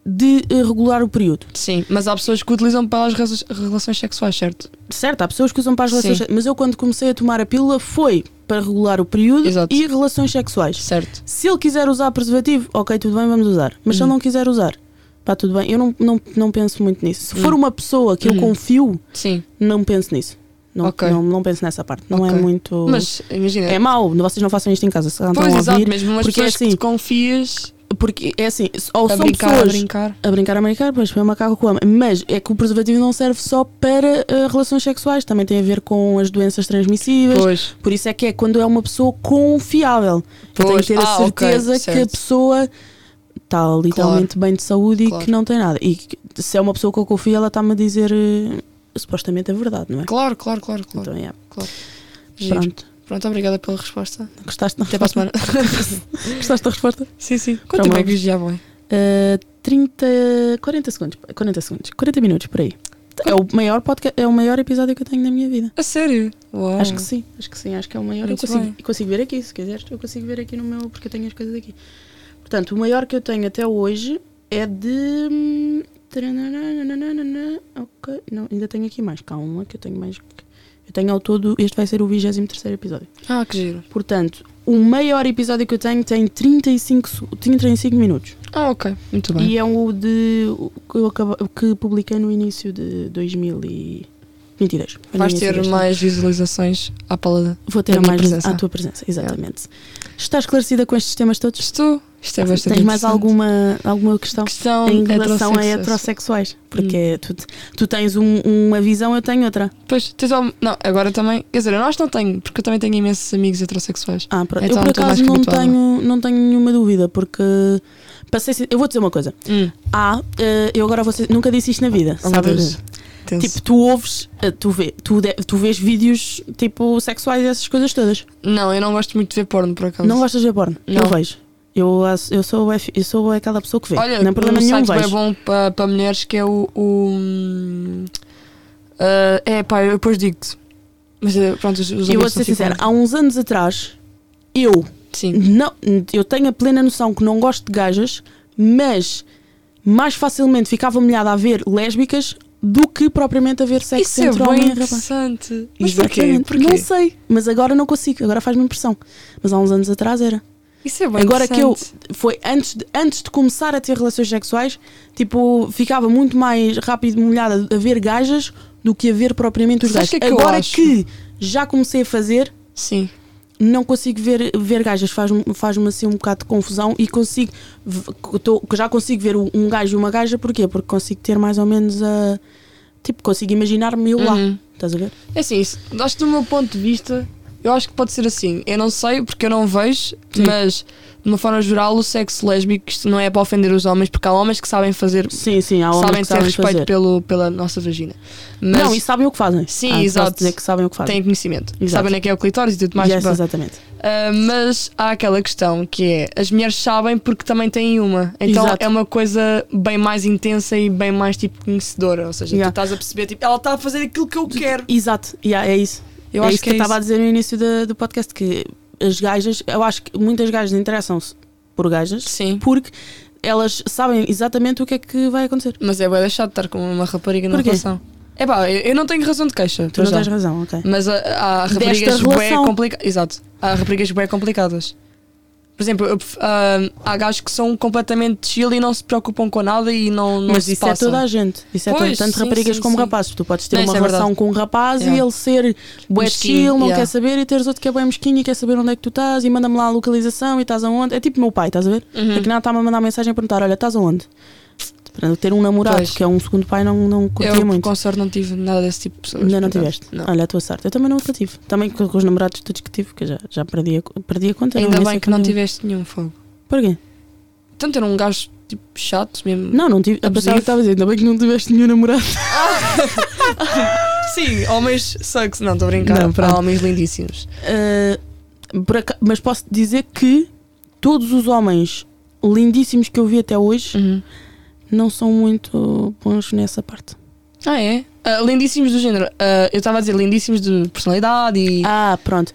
de eh, regular o período.
Sim, mas há pessoas que utilizam para as razo- relações sexuais, certo?
Certo, há pessoas que usam para as
Sim.
relações sexuais, mas eu quando comecei a tomar a pílula foi para regular o período
Exato.
e relações sexuais.
Certo.
Se ele quiser usar preservativo, ok, tudo bem, vamos usar. Mas se
Uhum.
ele não quiser usar, pá, tudo bem. Eu não, não, não penso muito nisso. Se for
Uhum.
uma pessoa que eu
Uhum.
confio,
Sim.
não penso nisso. Não,
Ok.
não, não penso nessa parte. Não é
Ok.
muito.
Mas imagina.
É mau, vocês não façam isto em casa. Se não
pois,
estão a
exato,
ouvir,
mesmo umas
porque é
pessoas que
assim.
te confias
porque é assim, ou são
a brincar, a
pessoas
brincar.
A brincar a brincar, pois foi uma macaco com ama. Mas é que o preservativo não serve só para eh, relações sexuais, também tem a ver com as doenças transmissíveis.
Pois.
Por isso é que é quando é uma pessoa confiável. Eu tenho
Pois.
que ter a
Ah, ok,
certeza que a
certo.
pessoa está literalmente bem de saúde
Claro.
e que não tem nada. E que se é uma pessoa que eu confio, ela está-me a dizer eh, supostamente a verdade, não é?
Claro, claro, claro, claro.
Então, yeah.
Giro.
Então, Pronto.
Pronto, obrigada pela resposta.
Gostaste da
Até para a semana.
Gostaste da resposta?
sim, sim.
Para
Quanto tempo
uma-
é que já vai?
Uh, 30, 40 segundos, 40 segundos, 40 minutos por aí. É o maior podcast, é o maior episódio que eu tenho na minha vida.
A sério? Uau.
Acho que sim, acho que sim, acho que é o maior. Eu
Muito
consigo,
bem.
eu consigo ver aqui, se quiseres, eu consigo ver aqui no meu, porque eu tenho as coisas aqui. Portanto, o maior que eu tenho até hoje é de. hum, tarananana, Ok, não, ainda tenho aqui mais, calma, que eu tenho mais. Eu Eu tenho ao todo, este vai ser o 23 episódio.
Ah, que giro.
Portanto, o maior episódio que eu tenho tem 35, se- tem 35 minutos.
Ah, ok. Muito bem.
E é o de o que, eu acaba- o que publiquei no início de 2022. Foi no
Vais
início
ter
deste
mais visualizações à palada.
ano. Vou ter
da minha
mais
presença.
à tua presença, exatamente. Estás esclarecida com estes temas todos?
Estou. Isto é bastante
Tens mais
interessante.
alguma, alguma questão?
questão é
em relação a
heterossexuais? Hum.
heterossexuais. Porque tu, tu tens um- uma visão, eu tenho outra.
Pois, tens algum... Não, agora também. Quer dizer, eu nós não tenho, porque eu também tenho imensos amigos heterossexuais.
Ah, pronto.
Então,
eu por
estou mais
acaso não
habituada.
tenho, não tenho nenhuma dúvida, porque passei. Eu vou dizer uma coisa. Ah, eh, eu agora vou ser- nunca disse isto na vida,
Oh, meu
sabes?
Deus. Tenso.
Tipo, tu ouves, eh, tu, vê, tu, de- tu vês vídeos tipo sexuais e essas coisas todas.
Não, eu não gosto muito de ver porno, por acaso.
Não gostas de ver porno? Eu
É Não.
vejo. Eu, ass- eu, sou, F- eu sou aquela pessoa que vê.
Olha,
não há problema
um
nenhum,
site bem
vejo.
bom para para mulheres que é o. o, hum, ah, é, pá, eu depois digo-te. Mas eh, pronto, os, os
Eu vou
amigos
ser
não ficam-
sincera, há uns anos atrás, eu
Sim.
Não, eu tenho a plena noção que não gosto de gajas, mas mais facilmente ficava humilhada a ver lésbicas do que propriamente a ver sexo
Isso é
entre homem
bem
e rapaz.
interessante. Mas porquê?
Exatamente.
Porquê?
Não sei, mas agora não consigo, agora faz-me impressão. Mas há uns anos atrás era.
Isso é bem
agora que eu
interessante.
foi antes de, antes de começar a ter relações sexuais, tipo, ficava muito mais rápido humilhada a ver gajas do que a ver propriamente os
Sabes
gajos.
o que é que eu
agora
acho?
que já comecei a fazer,
Sim.
não consigo ver, ver gajas, faz-me faz assim um bocado de confusão e consigo v- que tô- que já consigo ver um- um gajo e uma gaja, porquê? Porque consigo ter mais ou menos a tipo, consigo imaginar-me eu lá,
Uhum.
estás a ver?
É assim, isso, acho que do meu ponto de vista, eu acho que pode ser assim. Eu não sei porque eu não vejo,
Sim.
mas de uma forma geral, o sexo lésbico, isto não é para ofender os homens, porque há homens que sabem fazer,
Sim, sim, há homens
sabem
que
ter
sabem
respeito
fazer.
Pelo, pela nossa vagina. Mas
Não, e sabem o que fazem. Ah,
Sim,
posso
exato.
dizer que sabem o que fazem.
têm conhecimento.
Exato.
Sabem onde é que é o clitóris e tudo mais.
Yes,
pronto.
exatamente.
Ah, mas há aquela questão que é as mulheres sabem porque também têm uma. Então
Exato.
é uma coisa bem mais intensa e bem mais tipo conhecedora. Ou seja,
Yeah.
tu estás a perceber, tipo, ela está a fazer aquilo que eu quero.
Exato, yeah, é isso.
Eu
é
acho
isso
que
que,
é
eu estava
isso.
a dizer no início da- do podcast que as gajas, eu acho que muitas gajas interessam-se por gajas
Sim.
porque elas sabem exatamente o que é que vai acontecer.
Mas é bem deixado de estar com uma rapariga na
Porquê?
relação. É pá, eu, eu não tenho razão de queixa.
Tu
para
não
já.
tens razão, ok.
Mas ah, há
Desta
raparigas bem
relação.
complicadas. Exato. Há raparigas bem complicadas. Por exemplo, eu pref- ah, há gajos que são completamente chill e não se preocupam com nada e não, não
Mas
se
isso
passam.
é toda a gente. Isso é
Pois,
tanto, tanto
sim,
raparigas
sim,
como
sim.
rapazes. Tu podes ter
Não,
uma
isso é
relação com um rapaz
Yeah.
e ele ser bué
Mesquinho,
chill, não
yeah.
quer saber, e teres outro que é bem mesquinho e quer saber onde é que tu estás e manda-me lá a localização e estás aonde. É tipo meu pai, estás a ver?
Uhum.
É que nada está-me a mandar mensagem a perguntar: olha, estás aonde? Para ter um namorado
Pois.
que é um segundo pai, não, não curtia
Eu,
muito.
com sorte, não tive nada desse tipo de pessoas.
Ainda não
por acaso.
tiveste. Ah,
Não.
Olha, a tua sorte. Eu também não nunca tive. Também com, com os namorados todos que tive, que eu já, já perdi, a, perdi a conta.
Ainda
nem então sei
bem que não
quando-
tiveste nenhum fogo.
Porquê?
Tanto era um gajo tipo chato mesmo.
Não, não tive. Eu
Abusivo.
pensava que estava a dizer, ainda bem que não tiveste nenhum namorado.
Sim, homens sucks. Não, estou a brincar.
Não, pronto.
Há homens lindíssimos.
Uh, por aca- mas posso dizer que todos os homens lindíssimos que eu vi até hoje não são muito bons nessa parte.
Ah, é? Ah, lindíssimos do género. Ah, eu estava a dizer lindíssimos de personalidade e.
Ah, pronto.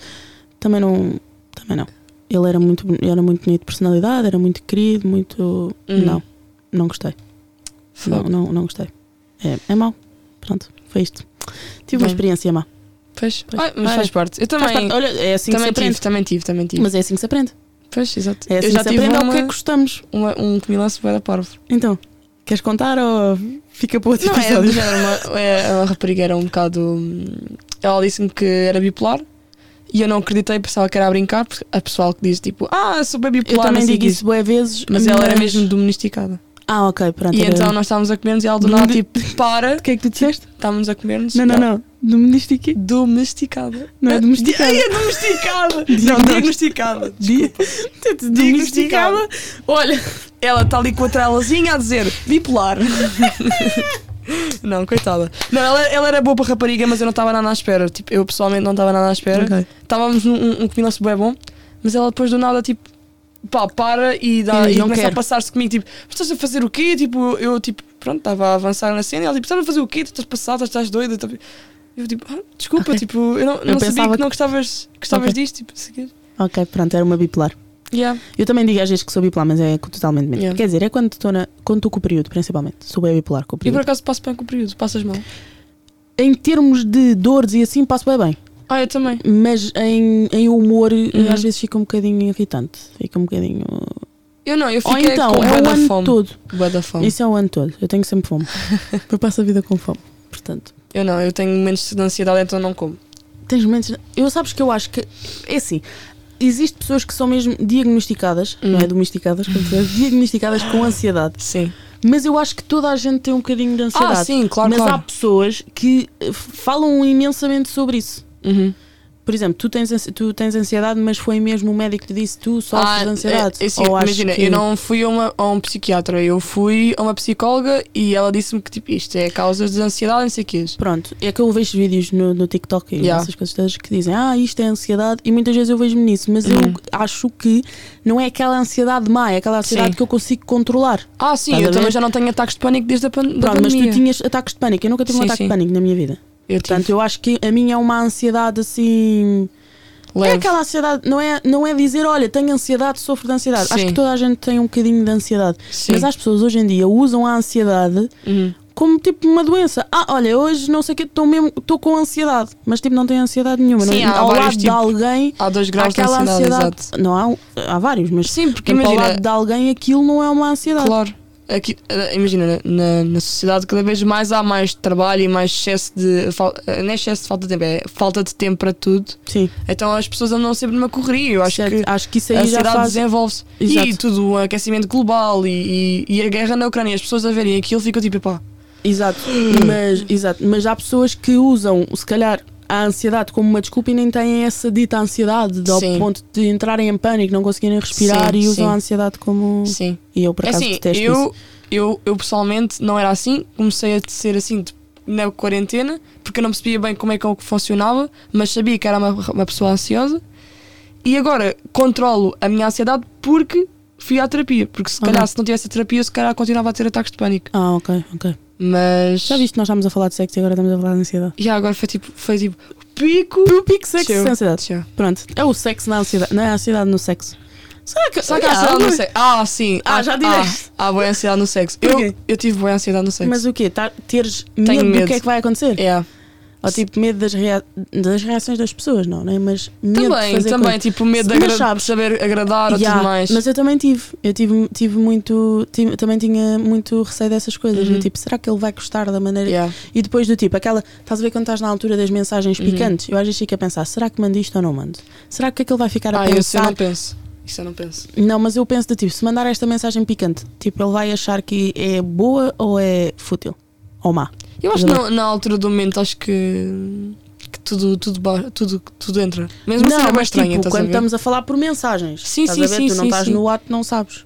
Também não. Também não. Ele era muito, bon- era muito bonito de personalidade, era muito querido, muito.
Hum.
Não, não gostei. Não,
Fogo.
não, não gostei. É, é mau. Pronto, foi isto. Tive uma
Bem.
experiência má.
Pois,
Pois.
Ah, mas
Olha,
faz parte. Eu também,
Faz parte. Olha, é assim
também
que se
tive,
aprende.
também tive, também tive.
Mas é assim que se aprende.
pois, exato.
É assim
eu já
que se
tive
aprende
uma,
ao que é que gostamos.
uma- um comilanço bué da parvo.
Então, queres contar ou fica para outro
Não, é
episódio?
do género. Uma, é, uma rapariga era um bocado. hum, Ela disse-me que era bipolar. E eu não acreditei, pensava que era a brincar, porque há pessoal que diz tipo, ah, sou bem
Eu
bipolar, não
também
sei o
digo
que
isso bué vezes,
Mas ela era mesmo domesticada.
Ah, ok, pronto.
E
era-
então nós estávamos a comer-nos e ela do nada,
Domi-
tipo, para,
O que é que tu disseste?
estávamos a comer-nos.
Não, não, não. Domestiquei.
Domesticada.
Não é domesticada.
Ai, é domesticada.
Diagnosticada.
não, diagnosticada.
Di- Domesticada.
Olha, ela está ali com a trelazinha a dizer bipolar. não, coitada. Não, ela, ela era boa para rapariga, mas eu não estava nada à espera. Tipo, eu pessoalmente não estava nada à espera.
Ok.
Estávamos num um comilanço bem bom, mas ela depois do nada, tipo, pá, para e, dá,
E
e,
não
começa
quero.
a passar-se comigo, tipo, "Mas estás a fazer o quê? Tipo, eu, tipo, pronto, estava a avançar na cena e ela, tipo, estás a fazer o quê? Tu estás passada, estás doida. estás-" Eu, tipo, "Ah, desculpa,
Ok.
tipo, eu não, não sabia
pensava
que
que-
não gostavas, gostavas
Ok.
disto, tipo, seguir.
Ok, pronto, era uma bipolar.
Yeah.
Eu também digo às vezes que sou bipolar, mas é totalmente mentira.
Yeah.
Quer dizer, é quando estou na... quando estou com o período, principalmente. Sou bem bipolar com o
E por
período.
acaso passo bem com o período, passas mal.
em termos de dores e assim, passo bem bem.
Ah, eu também.
Mas em, em humor,
Uhum.
às vezes fica um bocadinho irritante. Fica um bocadinho.
Eu não, eu
Ou
fiquei
então,
com
é
bué
o
da
ano
fome.
todo.
Bué da fome.
Isso é o ano todo. Eu tenho sempre fome. Eu passo a vida com fome. Portanto,
Eu não, eu tenho menos de ansiedade, então não como.
tens momentos. Eu sabes que eu acho que. É assim. Existem pessoas que são mesmo diagnosticadas, não é
Hum.
domesticadas, como tu és, diagnosticadas com ansiedade.
Sim.
Mas eu acho que toda a gente tem um bocadinho de ansiedade.
Ah, sim, claro,
Mas há
claro.
pessoas que eh, falam imensamente sobre isso.
Uhum.
Por exemplo, tu tens, ansi- tu tens ansiedade, mas foi mesmo o médico que te disse tu sofres
Ah,
de ansiedade.
é- é assim,
Ou achas
imagina,
que-
eu não fui a, uma- a um psiquiatra, eu fui a uma psicóloga e ela disse-me que tipo, isto é causas de ansiedade, não sei o que.
Pronto, é que eu vejo vídeos no, no TikTok e
Yeah.
essas coisas todas que dizem ah, isto é ansiedade, e muitas vezes eu vejo-me nisso, mas eu
Uhum.
acho que não é aquela ansiedade má, é aquela ansiedade
Sim.
que eu consigo controlar.
Ah, sim,
Estás a
eu também
ver?
já não tenho ataques de pânico desde a pan da
Pronto, mas
pandemia.
tu tinhas ataques de pânico, eu nunca tive um
Sim,
ataque de
sim.
pânico na minha vida.
eu tive.
Portanto, eu acho que a minha é uma ansiedade assim. É
Leve.
aquela ansiedade, não é, não é dizer olha, tenho ansiedade, sofro de ansiedade. Acho
Sim.
que toda a gente tem um bocadinho de ansiedade.
Sim.
Mas as pessoas hoje em dia usam a ansiedade
Uhum.
como tipo uma doença. Ah, olha, hoje não sei o que, estou mesmo, estou com ansiedade, mas tipo não tenho ansiedade nenhuma.
Sim,
não,
há
ao lado
vários tipo
de
tipos.
alguém,
Há dois
há
graus de
aquela
ansiedade,
ansiedade.
exato.
Não há, um- há vários, mas
Sim, porque
tipo, ao
imagina,
lado de alguém aquilo não é uma ansiedade.
Claro. Aqui, eh, imagina, na, na sociedade cada vez mais há mais trabalho e mais excesso de. fal- eh, Não é excesso de falta de tempo, é falta de tempo para tudo.
Sim,
Então as pessoas andam sempre numa correria. Eu acho
certo.
que
acho que isso aí
a
já
sociedade
faz.
desenvolve-se.
Exato.
E tudo, o aquecimento global e, e, e a guerra na Ucrânia. As pessoas a verem aquilo ficam tipo, pá.
Exato.
Hum.
Mas, exato. Mas há pessoas que usam, se calhar, a ansiedade como uma desculpa e nem têm essa dita ansiedade, de, ao
Sim.
ponto de entrarem em pânico, não conseguirem respirar
Sim,
e usam
sim.
a ansiedade como.
Sim.
E eu, por
É
acaso,
assim,
detesto isso.
eu, eu, eu pessoalmente não era assim. Comecei a ser assim de- na quarentena, porque eu não percebia bem como é que eu funcionava, mas sabia que era uma, uma pessoa ansiosa. E agora controlo a minha ansiedade porque fui à terapia. Porque se
Ok.
calhar se não tivesse a terapia, eu se calhar continuava a ter ataques de pânico.
Ah, ok, ok.
Mas.
Já viste, que nós estamos a falar de sexo e agora estamos a falar de ansiedade.
E agora foi tipo, foi tipo, pico.
Pico sexo
Tchau.
e ansiedade.
Tchau.
Pronto. É o sexo na ansiedade. Não é a ansiedade no sexo. Será que,
Será que há
Ah,
ansiedade
não
no
é?
sexo? Ah, sim.
Ah,
Há-
já disseste.
Há, há boa ansiedade no sexo.
Porquê?
Eu, eu tive boa ansiedade no sexo.
Mas o quê? Tá, teres medo, do
medo.
que é que vai acontecer?
É.
Ou tipo, medo das, rea- das reações das pessoas, não, não é? Mas medo de
Também,
fazer
também. Tipo, medo de
Mas
agra-
sabes-
saber agradar ou
Ya,
tudo mais.
Mas eu também tive. Eu tive, tive muito. tive- também tinha muito receio dessas coisas.
Uhum.
Do tipo, será que ele vai gostar da maneira.
Yeah.
E depois do tipo, aquela. Estás a ver quando estás na altura das mensagens
Uhum.
picantes? Eu às vezes fico a pensar, será que mando isto ou não mando? Será que o que é que ele vai ficar a
Ah, eu sei,
pensar?
não penso. Isso eu não penso.
não... mas eu penso do tipo, se mandar esta mensagem picante, tipo, ele vai achar que é boa ou é fútil? Ou má?
Eu acho que
Verdade.
na, na altura do momento, acho que. que tudo, tudo, ba- tudo, tudo entra. Mesmo assim
não,
sendo mais
mas
estranha,
tipo,
estás a
quando
ver?
estamos a falar por mensagens.
Sim,
estás
sim,
a ver?
sim,
tu não
sim,
estás
sim.
no ato, não sabes.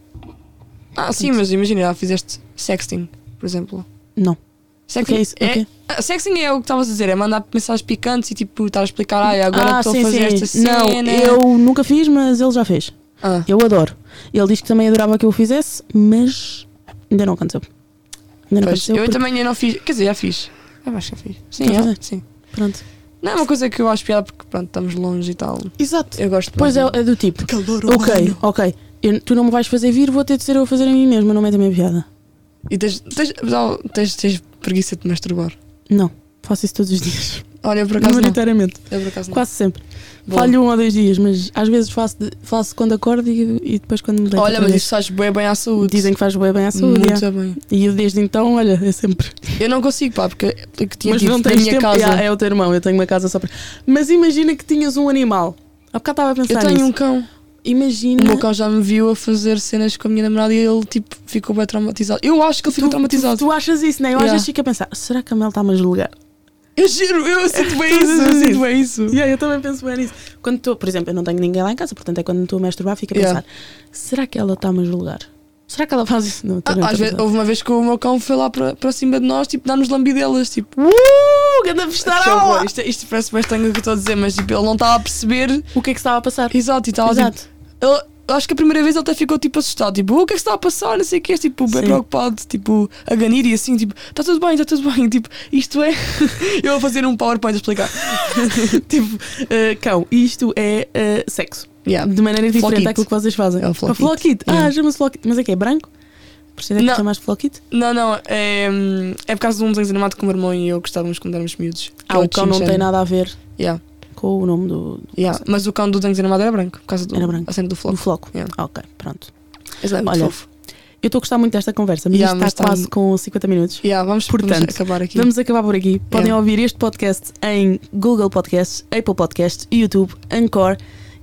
Ah, sim, mas imagina, já fizeste sexting, por exemplo.
Não. O que
Sexting
é isso? O quê?
Ah, Sexting é o que estavas a dizer, é mandar mensagens picantes e tipo estar a explicar, ai, agora estou a fazer esta cena.
Ah, Não, eu nunca fiz, mas ele já fez.
Ah,
Eu adoro. Ele disse que também adorava que eu o fizesse, mas ainda não aconteceu. Ainda não
pois,
aconteceu.
eu
porque-
também ainda não fiz, quer dizer, já fiz. Eu acho que já fiz. Sim,
Estás a
já,
ver?
sim.
Pronto.
Não é uma coisa que eu acho piada porque pronto, estamos longe e tal.
Exato.
Eu gosto
Pois é,
mais.
é do tipo.
Calor
Ok, ok. eu- tu não me vais fazer vir, vou ter de ser eu a fazer a mim mesma, não mete a minha piada.
E tens, tens, tens, tens preguiça de masturbar.
Não, faço isso todos os dias.
Olha, eu por acaso não.
Majoritariamente.
Eu por acaso não.
Quase sempre.
Boa.
Falho um ou dois dias, mas às vezes faço, de- faço quando acordo e, e depois quando me deito.
Olha,
né, outra
mas
vez.
isso faz bem, bem à saúde.
Dizem que faz bem, bem à saúde.
Muito
é.
bem.
E eu desde então, olha, é sempre.
Eu não consigo, pá, porque eu que tinha
Mas
tipo,
não
na
tens
minha
tempo.
casa.
Yeah, é o teu irmão, eu tenho uma casa só para. Mas imagina que tinhas um animal. Há bocado estava a
eu
pensar
tenho
nisso. Uhum.
um cão.
Imagina.
O meu cão já me viu a fazer cenas com a minha namorada e ele tipo ficou bem traumatizado. Eu acho que ele ficou traumatizado.
Tu, tu achas isso, né? Eu às
Yeah.
vezes fico a pensar, será que a Mel está-me a julgar?
Eu giro, eu sinto bem
Tu
isso, eu
dizes
sinto bem isso.
Yeah, eu também penso bem nisso. Quando estou, por exemplo, eu não tenho ninguém lá em casa, portanto é quando estou a masturbar, fico a pensar,
Yeah.
será que ela está-me a julgar? Será que ela faz isso? Não, estou bem,
Ah, às
estou a
vezes, houve uma vez que o meu cão foi lá para para cima de nós, tipo, dar-nos lambidelas, tipo.
pensar. Uh, ganda
que horror.
festarola!
Isto, é- isto parece bem estranho o que eu estou a dizer, mas tipo, ele não estava a perceber.
O que é que estava a passar?
Exato, e estava tipo.
Exato.
Ele, eu acho que a primeira vez ele até ficou tipo assustado, tipo, "Oh, o que é que se está a passar? Não sei o que é, tipo, bem
Sim.
preocupado, tipo, a ganir e assim, tipo, está tudo bem, está tudo bem, tipo, isto é. eu vou fazer um PowerPoint a explicar.
tipo, eh, cão, isto é eh, sexo.
Yeah.
De maneira diferente
Floquite.
àquilo que vocês fazem.
É o floquite.
Ah,
Yeah.
chama-se floquite. Mas é que é branco? Por isso é que
Não.
chamaste Flow Kid?
Não, não, é, hum, é por causa de um desenho animado que o meu irmão e eu gostávamos quando éramos miúdos. que
Ah,
é
o cão não
Shin-chan.
tem nada a ver
Yeah,
com o nome do,
yeah. Mas o cão do desenho animado era branco, por causa do,
Era branco.
a cena do
do
floco.
floco.
Yeah.
Ok, pronto.
Esse é muito
Olha,
fofo.
Eu estou a gostar muito desta conversa, mas
Yeah,
isto
mas
está
está-
quase com 50 minutos.
Yeah, vamos, vamos
portanto,
acabar aqui.
Vamos acabar por aqui. Podem
Yeah.
ouvir este podcast em Google Podcasts, Apple Podcasts, YouTube, Anchor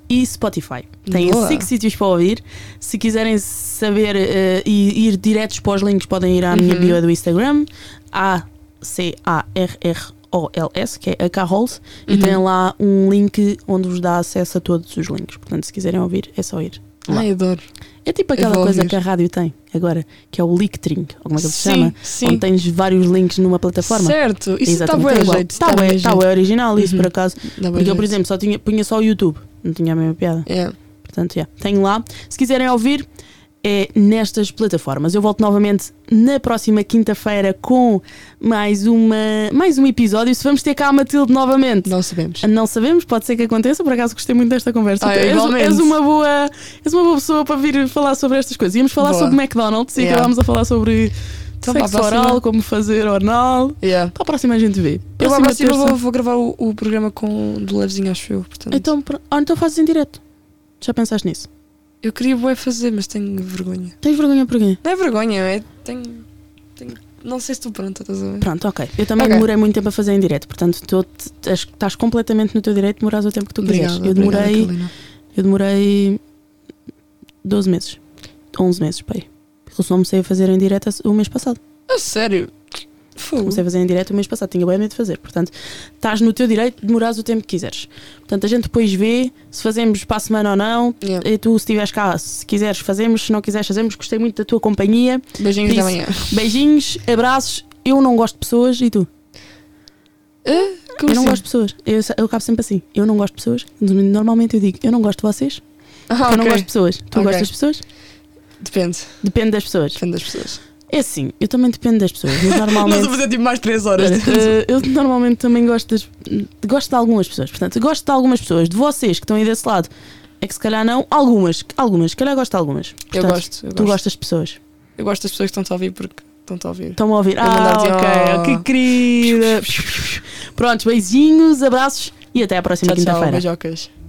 e Spotify. Têm
Boa.
cinco sítios para ouvir. Se quiserem saber eh, e ir diretos para os links, podem ir à minha
Uhum.
bio do Instagram, A-C-A-R-R-O-L-S, que é a Carrols, e
Uhum.
tem lá um link onde vos dá acesso a todos os links. Portanto, se quiserem ouvir, é só ir. lá.
Ai, adoro.
É tipo
Eu
aquela
vou
coisa
ouvir.
que a rádio tem agora, que é o Linktree, ou como é que ele se
sim,
chama?
sim.
Onde tens vários links numa plataforma.
Certo, isso está
Exatamente,
bué
é
de
igual.
jeito.
Tá bué- tá bué original isso,
Uhum.
por acaso. Porque eu, por exemplo, só tinha, punha só o YouTube. Não tinha a mesma piada.
É,
Portanto, yeah, tenho lá. Se quiserem ouvir, é nestas plataformas. Eu volto novamente na próxima quinta-feira com mais, uma, mais um episódio. Se vamos ter cá a Matilde novamente.
Não sabemos.
Não sabemos, pode ser que aconteça, por acaso gostei muito desta conversa.
Ah,
Tu és,
igualmente.
és uma boa, és uma boa pessoa para vir falar sobre estas coisas. Íamos falar
Boa.
sobre McDonald's e
Yeah.
acabámos a falar sobre
Então, para a
sexo
próxima.
oral, como fazer oral. Para
Yeah.
Então a próxima a gente vê.
Eu à
Próxima
próxima
terça.
vou, vou gravar o, o programa com o do Levezinho, acho eu. Portanto,
Então, pro- ah, então fazes em direto. Já pensaste nisso?
Eu queria bué fazer, mas tenho vergonha.
Tens vergonha por quê?
Não é vergonha, é. Tenho. tenho não sei se estou pronta, estás a ver?
Pronto, ok. Eu também
Ok.
demorei muito tempo a fazer em direto, portanto tô, tás- estás completamente no teu direito de demorar o tempo que tu quiseres.
Obrigada,
eu demorei,
obrigada, Carolina.
eu demorei 12 meses, 11 meses, pai. Porque eu só comecei a fazer em direto o mês passado.
A sério? Fogo.
Comecei a fazer em direto o mês passado, tinha bem medo de fazer. Portanto, estás no teu direito de demorares o tempo que quiseres. Portanto, a gente depois vê se fazemos para a semana ou não.
Yeah.
E tu, se estiveres cá, se quiseres, fazemos. Se não quiseres, fazemos. Gostei muito da tua companhia.
Beijinhos
Por
da manhã.
Beijinhos, abraços. Eu não gosto de pessoas e tu?
Como
eu não
assim?
gosto de pessoas. Eu, se- eu acabo sempre assim. Eu não gosto de pessoas. Normalmente eu digo, eu não gosto de vocês.
Ah,
Eu não
ok.
gosto de pessoas. Tu
Ok.
gostas de pessoas?
Depende.
Depende das pessoas.
Depende das pessoas.
É assim, eu também dependo das pessoas. mas
Nós
normalmente.
vamos fazer tipo mais 3 horas.
Eh, eu normalmente também gosto das, gosto de algumas pessoas. Portanto, gosto de algumas pessoas. De vocês que estão aí desse lado. É que se calhar não. Algumas. Algumas. Se calhar gosto de algumas.
eu
Portanto,
gosto. Eu
Tu
gosto.
gostas de pessoas.
Eu gosto das pessoas que estão-te a ouvir porque estão-te a ouvir.
Estão-me a ouvir.
Eu
Ah,
mandar-te,
ok.
oh.
Que querida. Prontos, beijinhos, abraços e até à próxima
Tchau, tchau.
quinta-feira.
Beijocas.